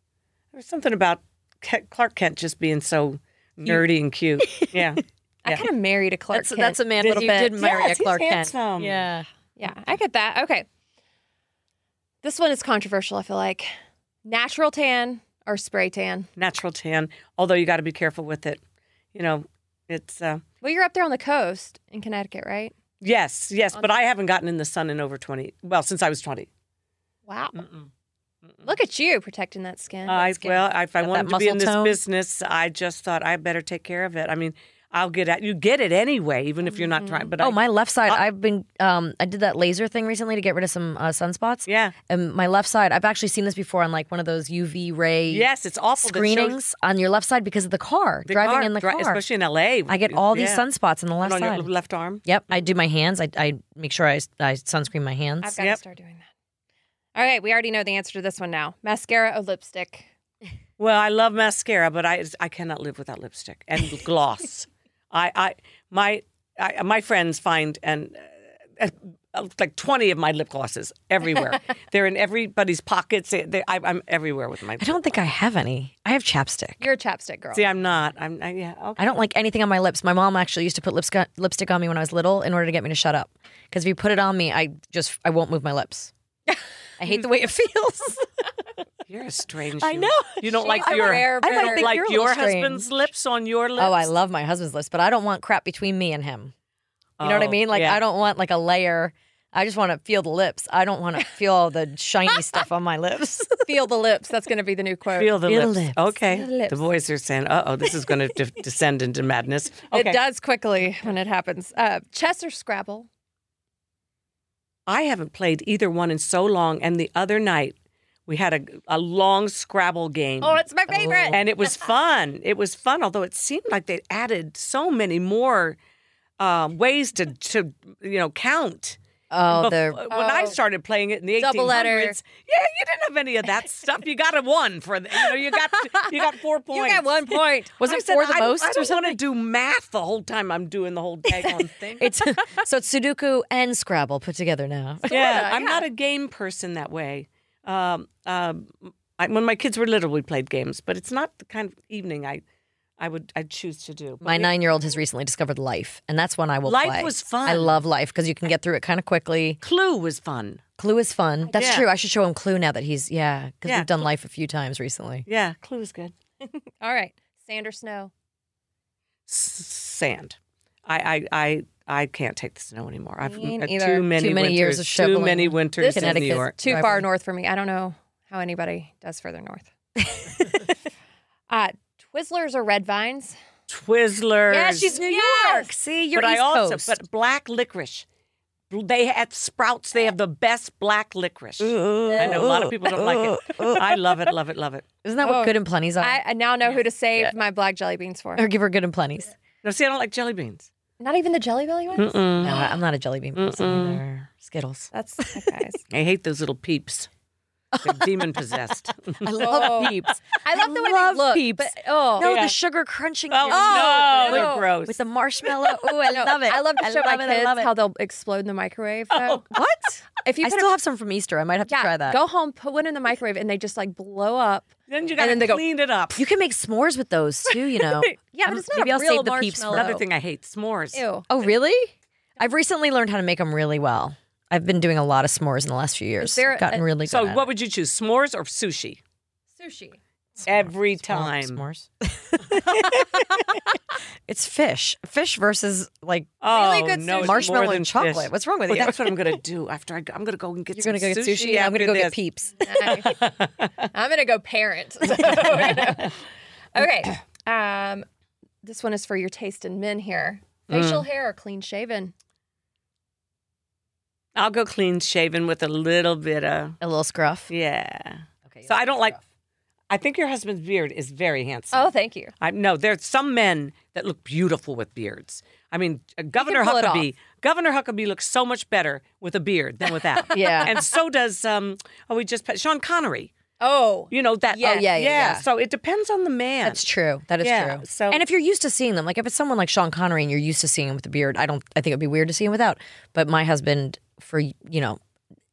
There was something about Ke- Clark Kent just being so nerdy and cute. Yeah.
I
Yeah.
kind of married a Clark
That's
Kent.
that's a man
Did
that you
you-
did
Yes,
marry a
he's
Clark Kent.
handsome.
Yeah.
Yeah, I get that. Okay. This one is controversial, I feel like. Natural tan or spray tan?
Natural tan. Although you got to be careful with it. You know, it's. Uh,
Well, you're up there on the coast in Connecticut, right?
Yes, yes, but I haven't gotten in the sun in over 20. Well, since I was 20.
Wow. Look at you protecting that skin.
I, well, if I
Got
wanted
that
to be in
muscle
this
tone.
business, I just thought I better take care of it. I mean, I'll get at you get it anyway, even if you're not trying. But I,
Oh, my left side. I've been. Um, I did that laser thing recently to get rid of some uh, sunspots.
yeah,
And my left side. I've actually seen this before on like one of those UV ray.
yes, it's awful. that shows
Screenings on your left side because of the car
the
driving
car,
in the
dri-
car.
especially in L.A.
I get all these
yeah.
sunspots on the
And
left
on
side.
your left arm.
Yep, I do my hands. I, I make sure I, I sunscreen my hands.
I've got
Yep.
to start doing that. All right, we already know the answer to this one now. Mascara or lipstick?
Well, I love mascara, but I I cannot live without lipstick and gloss. I I my I, my friends find and uh, uh, like twenty of my lip glosses everywhere. They're in everybody's pockets. They, they, I, I'm everywhere with my.
I don't think I have any. I have chapstick.
You're a chapstick girl.
See, I'm not. I'm I, yeah. Okay.
I don't like anything on my lips. My mom actually used to put lipstick lipstick on me when I was little in order to get me to shut up. Because if you put it on me, I just I won't move my lips. I hate the way it feels.
You're a strange.
I
human.
know.
You don't
She's
like
a
your.
rare
I might
bird.
think
like
you're a
your
little
husband's lips on your lips.
oh, I love my husband's lips, but I don't want crap between me and him. You know what I
Oh,
mean? Like
yeah.
I don't want like a layer. I just want to feel the lips. I don't want to feel all the shiny stuff on my lips.
feel the lips. That's going to be the new quote.
Feel the
Feel
lips.
lips.
Okay.
Feel the lips.
boys are saying, "Uh oh, this is going to de- descend into madness." Okay.
It does quickly when it happens. Uh, chess or Scrabble?
I haven't played either one in so long, and the other night we had a a long Scrabble game.
Oh, it's my favorite.
and it was fun. It was fun, although it seemed like they added so many more um, ways to, to you know count.
Oh,
Bef-
the
when I
Oh.
started playing it in the 1800s,
Double letter.
yeah, you didn't have any of that stuff. You got a one for the, you know, you got you got four
you
points.
got one point.
was
I
it
said,
for the
I don't-
most
I
or
don't
something?
want to do math the whole time. I'm doing the whole daggone thing.
It's so it's Sudoku and Scrabble put together now.
yeah, I'm not a game person that way. Um, um, I, when my kids were little, we played games, but it's not the kind of evening I I would I choose to do. But
My
we-
nine year old has recently discovered Life, and that's one I will
Life
play.
was fun.
I love Life because you can get through it kind of quickly.
Clue was fun.
Clue is fun. That's
Yeah.
true. I should show him Clue now that he's, yeah, because
Yeah.
we've done Life a few times recently.
Yeah, Clue was good.
All right. Sand or snow?
S- sand. I I I, I can't take the snow anymore. I've
Me
uh,
neither.
too many
Too many
winters,
years of
too
shoveling.
many winters
This
in New
Connecticut.
York.
Too
Right.
far north for me. I don't know how anybody does further north. uh, Twizzlers or red vines?
Twizzlers.
Yeah, she's New York. See, you're
but
East
I also
Coast.
but black licorice. They at Sprouts. They have the best black licorice. I know a lot of people don't like it. I love it. Love it. Love it.
Isn't that what
Oh.
Good and Plenty's are?
I, I now know who to save my black jelly beans for.
or give her Good and Plenty's.
No, see, I don't like jelly beans.
Not even the jelly belly ones?
No,
Mm-mm.
I- I'm not a jelly bean person
Mm-mm.
either. Skittles.
That's guys.
I hate those little peeps. They're demon possessed.
I love
Oh.
peeps.
I love the way
love
they look.
peeps.
But, oh,
No,
Yeah.
the sugar crunching.
Oh,
pears.
no,
they're
With-
gross.
With the marshmallow. Oh, I
No,
love it.
I love to show
love
my
it,
kids
I love it.
how they'll explode in the microwave. though.
What?
If you
I
put a-
still have some from Easter. I might have to
yeah,
try that.
go home, put one in the microwave, and they just like blow up.
then you
And
gotta
then they go-
clean it up.
You can make s'mores with those too, you know.
Yeah, but
I'm-
it's not
maybe
a
I'll
real
save the peeps for
marshmallow.
Another thing I hate s'mores.
Ew.
Oh, really? I've recently learned how to make them really well. I've been doing a lot of s'mores in the last few years.
there
I've gotten
a-
really good.
So,
at
what would you choose, s'mores or sushi?
Sushi.
it.
Every
S'mores-
time.
s'mores. it's fish. Fish versus like
Oh,
Really good
no,
sushi.
it's more
marshmallow
than
and chocolate.
fish.
What's wrong with
Well,
you?
that's what I'm gonna do after I go. I'm gonna go and get
You're
some
gonna go get sushi. I'm
after
gonna go get
this.
peeps.
I'm gonna go parent. okay. Um, this one is for your taste in men here. Facial hair or clean shaven?
I'll go clean shaven with a little bit of
A little scruff.
yeah.
Okay.
So I don't like. I think your husband's beard is very handsome.
Oh, thank you.
I no, there's some men that look beautiful with beards. I mean, uh, Governor
pull it off.
Huckabee. Governor Huckabee looks so much better with a beard than without.
Yeah.
and so does um. Oh, we just Sean Connery.
Oh,
You know that.
Yeah. Oh,
yeah, yeah, yeah.
So it depends on the man.
That's true. That is
Yeah,
true.
so-
and if you're used to seeing them, like if it's someone like Sean Connery and you're used to seeing him with a beard, I don't. I think it'd be weird to see him without. But my husband, for you know,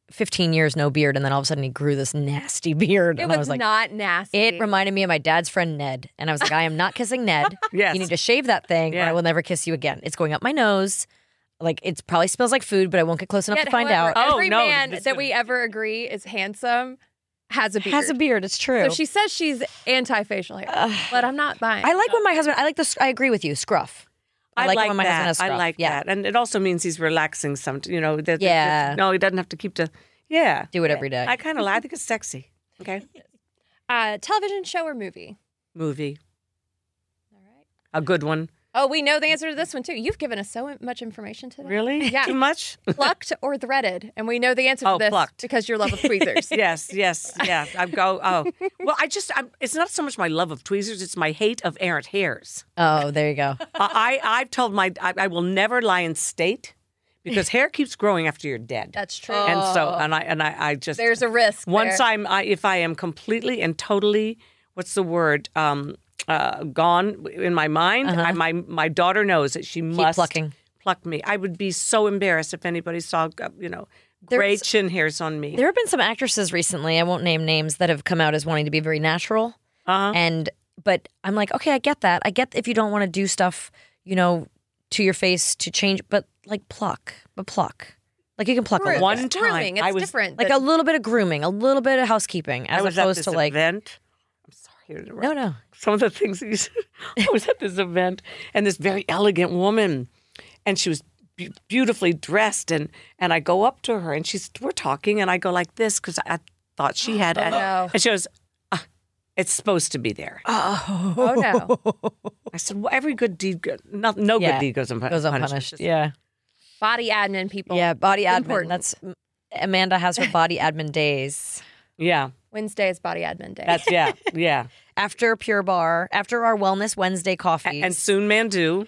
15 years no beard, and then all of a sudden he grew this nasty beard,
it
and
was,
I was like,
not nasty.
it reminded me of my dad's friend Ned, and I was like, I am not kissing Ned.
Yes.
you need to shave that thing, or
Yeah.
I will never kiss you again. It's going up my nose. Like it probably smells like food, but I won't get close enough
Yet,
to find
however,
out.
Oh,
Every
no,
man
this
that
could-
we ever agree is handsome has a beard.
Has a beard. It's true.
So she says she's anti facial hair, but I'm not buying.
I like when my husband. I like the. sc- I agree with you. Scruff. I, like, it when my
that.
husband has scruff.
I like
yeah.
that, and it also means he's relaxing. Some, you know, that- that-
Yeah.
that- no, he doesn't have to keep to. Yeah,
Do it every day.
I kind of like. I think it's sexy. Okay,
uh, television show or movie.
movie,
All right.
a good one.
Oh, we know the answer to this one too. You've given us so much information today.
Really?
Yeah.
Too much?
Plucked or threaded, and we know the answer
Oh,
to this
plucked.
because your love of tweezers.
yes, yes, yeah. I go. Oh, well. I just. I'm, it's not so much my love of tweezers; it's my hate of errant hairs.
Oh, there you go.
I, I I've told my I, I will never lie in state because hair keeps growing after you're dead.
That's true.
and so and I and I, I just
Oh, There's a risk.
once
there.
I'm I, if I am completely and totally what's the word um uh gone in my mind
Uh-huh.
I, my my daughter knows that she must
plucking.
pluck me I would be so embarrassed if anybody saw uh, you know gray
There's-
chin hairs on me
There have been some actresses recently, I won't name names, that have come out as wanting to be very natural.
Uh-huh.
And, but I'm like, okay, I get that. I get if you don't want to do stuff, you know, to your face to change, but like pluck, but pluck. Like you can pluck a
Groom-
little
One
bit.
it's
time,
grooming. It's
I was-
different.
Like oh, a
than-
little bit of grooming, a little bit of housekeeping, as
I was at
opposed
this
to like,
event I'm sorry to interrupt.
no, no.
some of the things that you said. I was at this event, and this very elegant woman, and she was be- beautifully dressed, and and I go up to her, and she's we're talking, and I go like this because I, I thought she had, a,
no.
and she goes, "Ah, "It's supposed to be there."
oh no.
I said, "Well, every good deed, go- no, no
Yeah.
good deed goes unpunished."
Goes unpunished. Yeah.
Body admin
Oh.
people.
Yeah. Body admin.
Important.
That's Amanda has her body admin days.
yeah,
Wednesday is body admin day.
that's yeah, yeah,
After Pure Bar, after our Wellness Wednesday coffees.
and soon Mandu.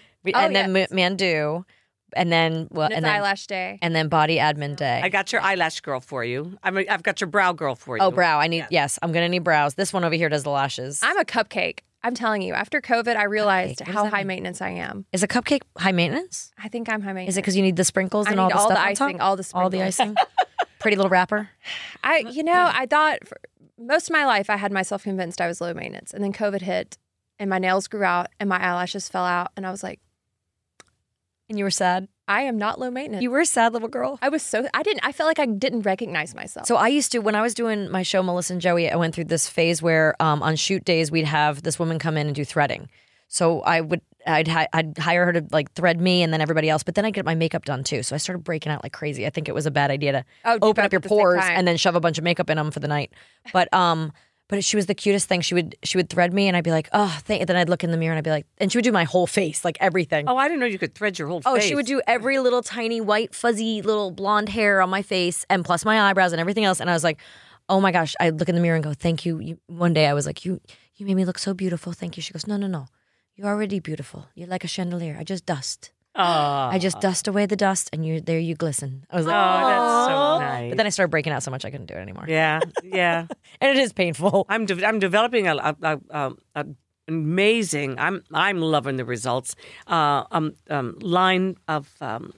We-
Oh,
and then Ma- Mandu, and then well,
and
and, then
it's eyelash day.
and then Body Admin Day.
I got your eyelash girl for you. I mean, I've got your brow girl for you.
oh, brow. I need yes. I'm gonna need brows. This one over here does the lashes.
I'm a cupcake. I'm telling you, after COVID, I realized
What does
how
that
high maintenance I am.
Is a cupcake high maintenance?
I think I'm high maintenance.
Is it because you need the sprinkles
I
and
need
all the
all
stuff
the
on top?
icing, all the
all the icing.
sprinkles.
Pretty little wrapper.
I, you know, I thought for most of my life I had myself convinced I was low maintenance, and then COVID hit, and my nails grew out and my eyelashes fell out. And I was like,
And you were sad.
I am not low maintenance.
You were a sad little girl.
I was so, I didn't, I felt like I didn't recognize myself.
So I used to when I was doing my show Melissa and Joey, I went through this phase where um, on shoot days we'd have this woman come in and do threading. So I would I'd hi- I'd hire her to like thread me and then everybody else, but then I would get my makeup done too. So I started breaking out like crazy. I think it was a bad idea to
Oh, do
open
both
up your
at the same
pores
time.
and then shove a bunch of makeup in them for the night. But um. But she was the cutest thing. She would she would thread me, and I'd be like, oh, thank. Then I'd look in the mirror, and I'd be like, and she would do my whole face, like everything.
Oh, I didn't know you could thread your whole
Oh,
face.
she would do every little tiny white fuzzy little blonde hair on my face and plus my eyebrows and everything else and I was like, "Oh my gosh, I look in the mirror and go, "Thank you." you. One day I was like, "You you made me look so beautiful. Thank you." She goes, "No, no, no. You're already beautiful. You're like a chandelier. I just dust.
Oh,
I just dust away the dust and you there you glisten." I was like,
oh, that's so
"Aw."
nice.
But then I started breaking out so much I couldn't do it anymore.
yeah, yeah.
And it is painful.
I'm de- I'm developing a, a, a, um, a amazing. I'm I'm loving the results. Uh, um, um, line of um,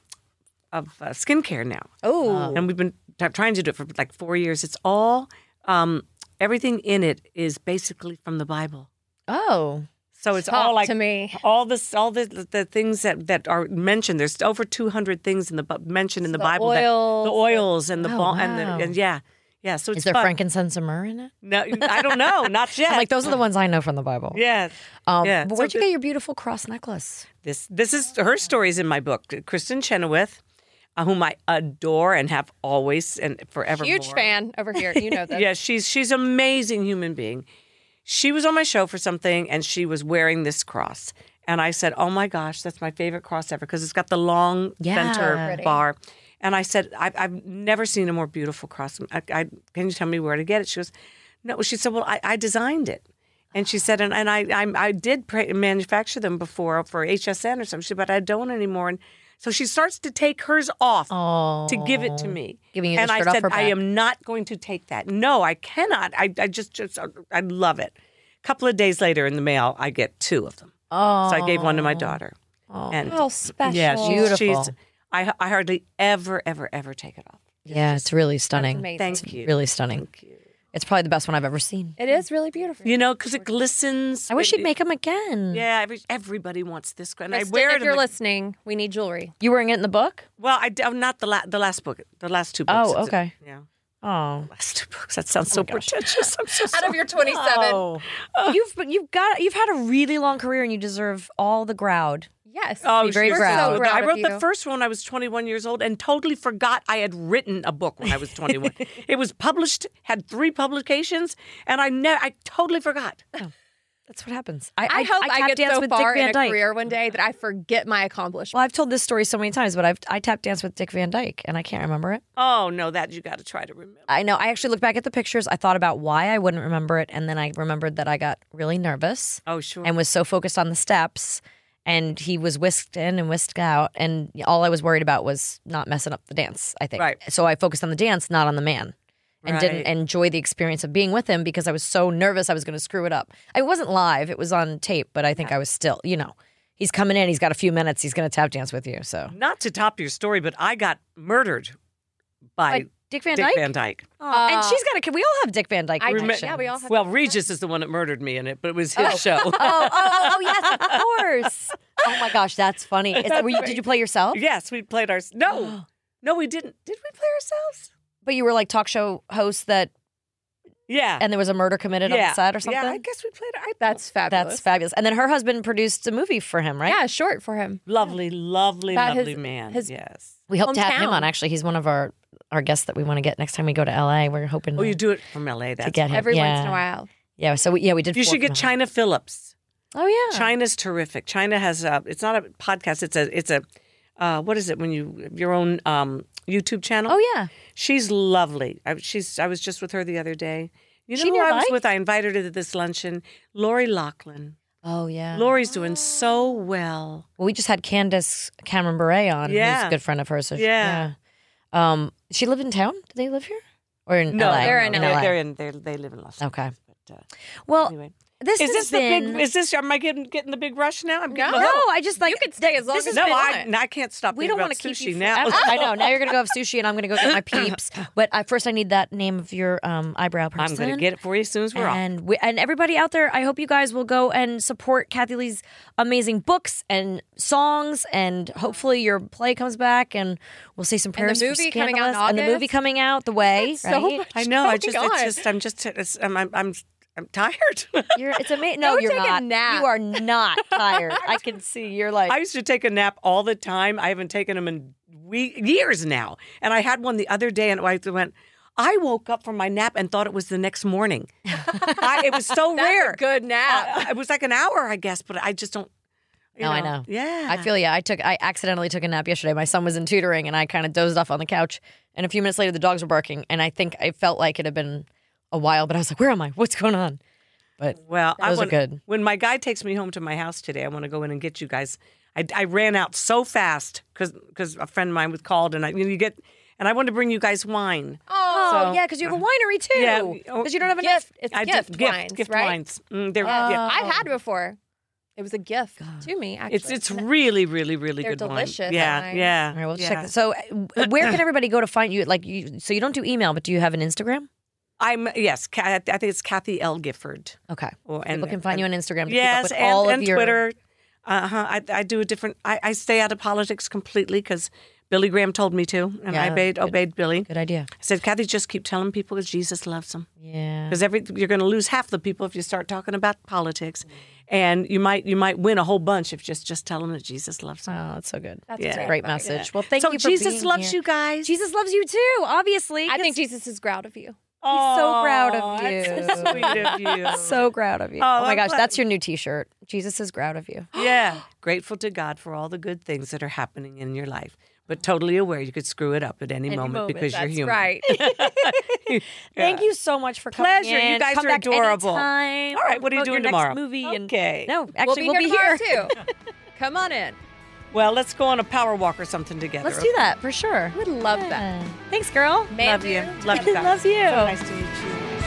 of uh, skincare now, Uh,
Oh.
and we've been t- trying to do it for like four years. It's all um, everything in it is basically from the Bible.
Oh.
So it's
Talk
all like
to me.
all this, all the the things that that are mentioned. There's over 200 things in the Bi- mentioned in the,
The
Bible. that-
oils.
the oils, and the
Oh,
bal- and
wow.
the and yeah, yeah. So it's
Is there
fun.
frankincense and myrrh in it?
No, I don't know. Not yet.
I'm like those are the ones I know from the Bible.
yeah.
Um,
yeah.
But
So
where'd you
the-
get your beautiful cross necklace?
This this is her stories in my book. Kristen Chenoweth, uh, whom I adore and have always and forever
Huge fan over here. You know this.
Yeah, she's she's an amazing human being. She was on my show for something and she was wearing this cross. And I said, "Oh my gosh, that's my favorite cross ever because it's got the long
Yeah.
center
Pretty.
bar." And I said, I've, "I've never seen a more beautiful cross. I, I, can you tell me where to get it?" She goes, "No." She said, "Well, I, I designed it." And she said, "And, and I, I I did pre- manufacture them before for HSN or something, She said, but I don't anymore." And so she starts to take hers off
Oh.
to give it to me.
Giving you the
and I
shirt off
said,
her
I
back.
am not going to take that. No, I cannot. I, I just, just, uh, I love it. A couple of days later in the mail, I get two of them.
Oh.
So I gave one to my daughter. And
How special.
yeah, she's,
Beautiful.
she's I, I hardly ever, ever, ever take it off.
Yeah, it's really stunning.
amazing.
Thank you.
Really stunning.
Thank you.
It's probably the best one I've ever seen.
It is really beautiful.
You know, because it glistens.
I wish
It-
you'd make them again.
Yeah, every, everybody wants this. And I
Kristen,
wear it.
if
in
you're
the-
listening, we need jewelry.
You wearing it in the book?
well, I, d- oh, not the, la- the last book, the last two
Oh,
books. It's-
okay.
Yeah.
Oh,
Last two books. That sounds so pretentious. I'm so sorry.
Out of your 27.
Oh. you've but you've got you've had a really long career and you deserve all the ground.
Yes.
Oh,
be very
you're
proud.
so
Proud
I
of
wrote
you.
the first one when I was 21 years old and totally forgot I had written a book when I was 21. it was published, had three publications, and I ne- I totally forgot.
That's what happens. I,
I, hope I,
tap
get
dance
so
with
far
Dick Van
in a
Dyke.
career one day that I forget my accomplishment.
Well, I've told this story so many times, but I've I tap danced with Dick Van Dyke and I can't remember it.
Oh no, that you got to try to remember.
I know. I actually looked back at the pictures. I thought about why I wouldn't remember it, and then I remembered that I got really nervous.
Oh sure.
and was so focused on the steps and he was whisked in and whisked out and all i was worried about was not messing up the dance i think
Right.
so i focused on the dance not on the man and didn't
Right.
enjoy the experience of being with him because i was so nervous i was going to screw it up it wasn't live it was on tape but i think i was still you know he's coming in he's got a few minutes he's going to tap dance with you so
Not to top your story, but I got murdered by
But dick van
Dick
dyke
Van Dyke.
Uh,
and she's got a we all have dick van dyke
I-
connection.
yeah, we all have.
Well, Regis is the one that murdered me in it, but it was his show.
oh, oh, oh, oh, yes, of course. Oh my gosh, that's funny. Is that, were you, did you play yourself?
yes, we played our no, no, we didn't. Did we play ourselves?
But you were like talk show host that
Yeah,
and there was a murder committed on
yeah,
the set or something.
Yeah, I guess we played. I,
That's fabulous.
That's fabulous. And then her husband produced a movie for him, right?
Yeah, short for him.
lovely, lovely,
About his-
lovely man.
his-
yes.
We hope to have him
Hometown.
on. Actually, he's one of our our guests that we want to get next time we go to LA. We're hoping
Oh, you
to
do it from LA. That's
get him.
Every
yeah.
once in a while.
Yeah. So we, yeah, we did.
You should
four
get
from
China Phillips.
him. Oh yeah.
China's terrific. China has a. It's not a podcast. It's a. It's a. Uh, what is it when you your own um, YouTube channel?
Oh yeah.
She's lovely. I, she's. I was just with her the other day. You know
She
who I was
nearby?
with? I invited her to this luncheon. Lori Lachlan.
Oh yeah.
Lori's doing so well.
Well, we just had Candace Cameron Bure on. Who's
Yeah.
a good friend of hers. So she-
Yeah.
yeah. Um, she lived in town. Do they live here or in
No,
LA?
they're in
They're,
LA.
they're in. They're, they live in Los Angeles.
Okay.
But, uh,
Well,
anyway,
This
Is
has
this the
been,
big? Is Oh. this? Am I getting getting the big rush now? I'm getting
no,
the-
I just like
You could stay as long
this has
as
no,
been-
I, no, I can't stop.
We don't
thinking about
want to keep
sushi
you
now.
forever. I know. Now you're gonna go have sushi, and I'm gonna go get my peeps. But I, first, I need that name of your um, eyebrow person.
I'm going to get it for you as soon as we're off.
and we, and everybody out there, I hope you guys will go and support Kathy Lee's amazing books and songs, and hopefully your play comes back, and we'll say some prayers for
movie coming out in
Scandalous, and the
August.
movie coming out the way.
so
right?
much
I know. I just.
going
It's
on.
just. I'm just. It's, I'm, I'm. I'm. I'm tired.
You're, it's amazing. No,
Go
you're
take a
not.
nap.
You are not tired. I can see. You're like
I used to take a nap all the time. I haven't taken them in we- years now. And I had one the other day, and I went. I woke up from my nap and thought it was the next morning. I, it was so
That's
rare.
a good nap.
I- it was like an hour, I guess, but I just don't. you
No, I know.
Yeah,
I feel yeah. I took I accidentally took a nap yesterday. My son was in tutoring, and I kind of dozed off on the couch. And a few minutes later, the dogs were barking, and I think I felt like it had been a while. But I was like, "Where am I? What's going on?" But
Well, I
Those are
want,
good.
When my guy takes me home to my house today, I want to go in and get you guys. I, I ran out so fast because a friend of mine was called, and I you, know, you get and I wanted to bring you guys wine.
Oh,
oh yeah, because you have a winery too.
Yeah.
because you don't have enough.
gift.
It's,
I
gift
did,
wines,
gift
right?
wines. Mm, they're,
Oh,
yeah.
I've had before. It was a gift to me. Actually,
It's it's really really really
They're
good
delicious,
wine. Yeah,
aren't they?
yeah.
all right, well, let's
yeah.
check. This. So, uh, where can everybody go to find you? Like, you, so you don't do email, but do you have an Instagram?
I'm yes. Ca- I think it's Kathy L Gifford.
Okay,
Or
people can find you on Instagram. To keep up
Yes,
with
and,
all
and
of your,
Twitter. Uh huh. I, I do a different. I, I stay out of politics completely because Billy Graham told me to, and I
Yeah,
obeyed obeyed Billy.
Good idea.
I said, Kathy, just keep telling people that Jesus loves them.
Yeah.
Because every you're going to lose half the people if you start talking about politics,
Mm.
and you might you might win a whole bunch if just just tell them that Jesus loves them.
Oh, that's so good. That's
Yeah.
a great message. Well, thank
so
you. For
Jesus
being
loves
here.
you guys.
Jesus loves you too, obviously.
I think Jesus is proud of you.
he's so proud of
Aw,
you.
That's so sweet of you.
so proud of you.
Oh,
Oh, my
I'm
gosh,
glad-
that's your new T-shirt. Jesus is proud of you.
yeah, grateful to God for all the good things that are happening in your life, but totally aware you could screw it up at any, moment, because you're
That's
human.
right.
Thank you so much for coming.
Pleasure.
in.
You guys
Come
are
back
adorable.
anytime.
All right, what are you
Promote your
doing
next
tomorrow?
movie and
Okay.
no,
we'll
actually
be
we'll be here.
here tomorrow, too. Come on in.
Well, let's go on a power walk or something together.
Let's do that for sure.
Would love that.
Yeah. Thanks, girl.
Man,
Love you.
dude.
Love you. guys.
Love you.
So nice to meet you.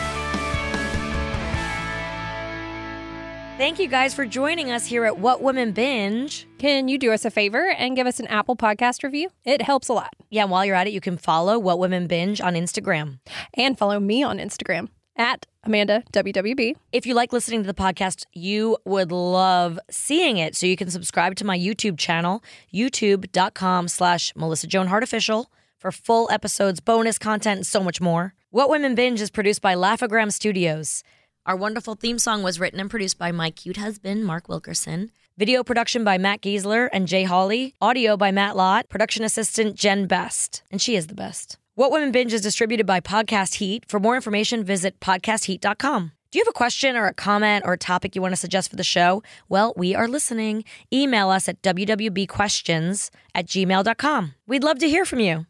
Thank you guys for joining us here at What Women Binge.
Can you do us a favor and give us an Apple Podcast review? It helps a lot.
Yeah, and while you're at it, you can follow What Women Binge on Instagram.
And follow me on Instagram at Amanda WWB.
If you like listening to the podcast, you would love seeing it. So you can subscribe to my YouTube channel, youtube.com slash Melissa Joan Hart Official for full episodes, bonus content, and so much more. What Women Binge is produced by Laughagram Studios. Our wonderful theme song was written and produced by my cute husband, Mark Wilkerson. Video production by Matt Giesler and Jay Hawley. Audio by Matt Lott. Production assistant Jen Best. And she is the best. What Women Binge is distributed by Podcast Heat. For more information, visit podcastheat.com. Do you have a question or a comment or a topic you want to suggest for the show? Well, we are listening. Email us at wwbquestions at gmail.com. We'd love to hear from you.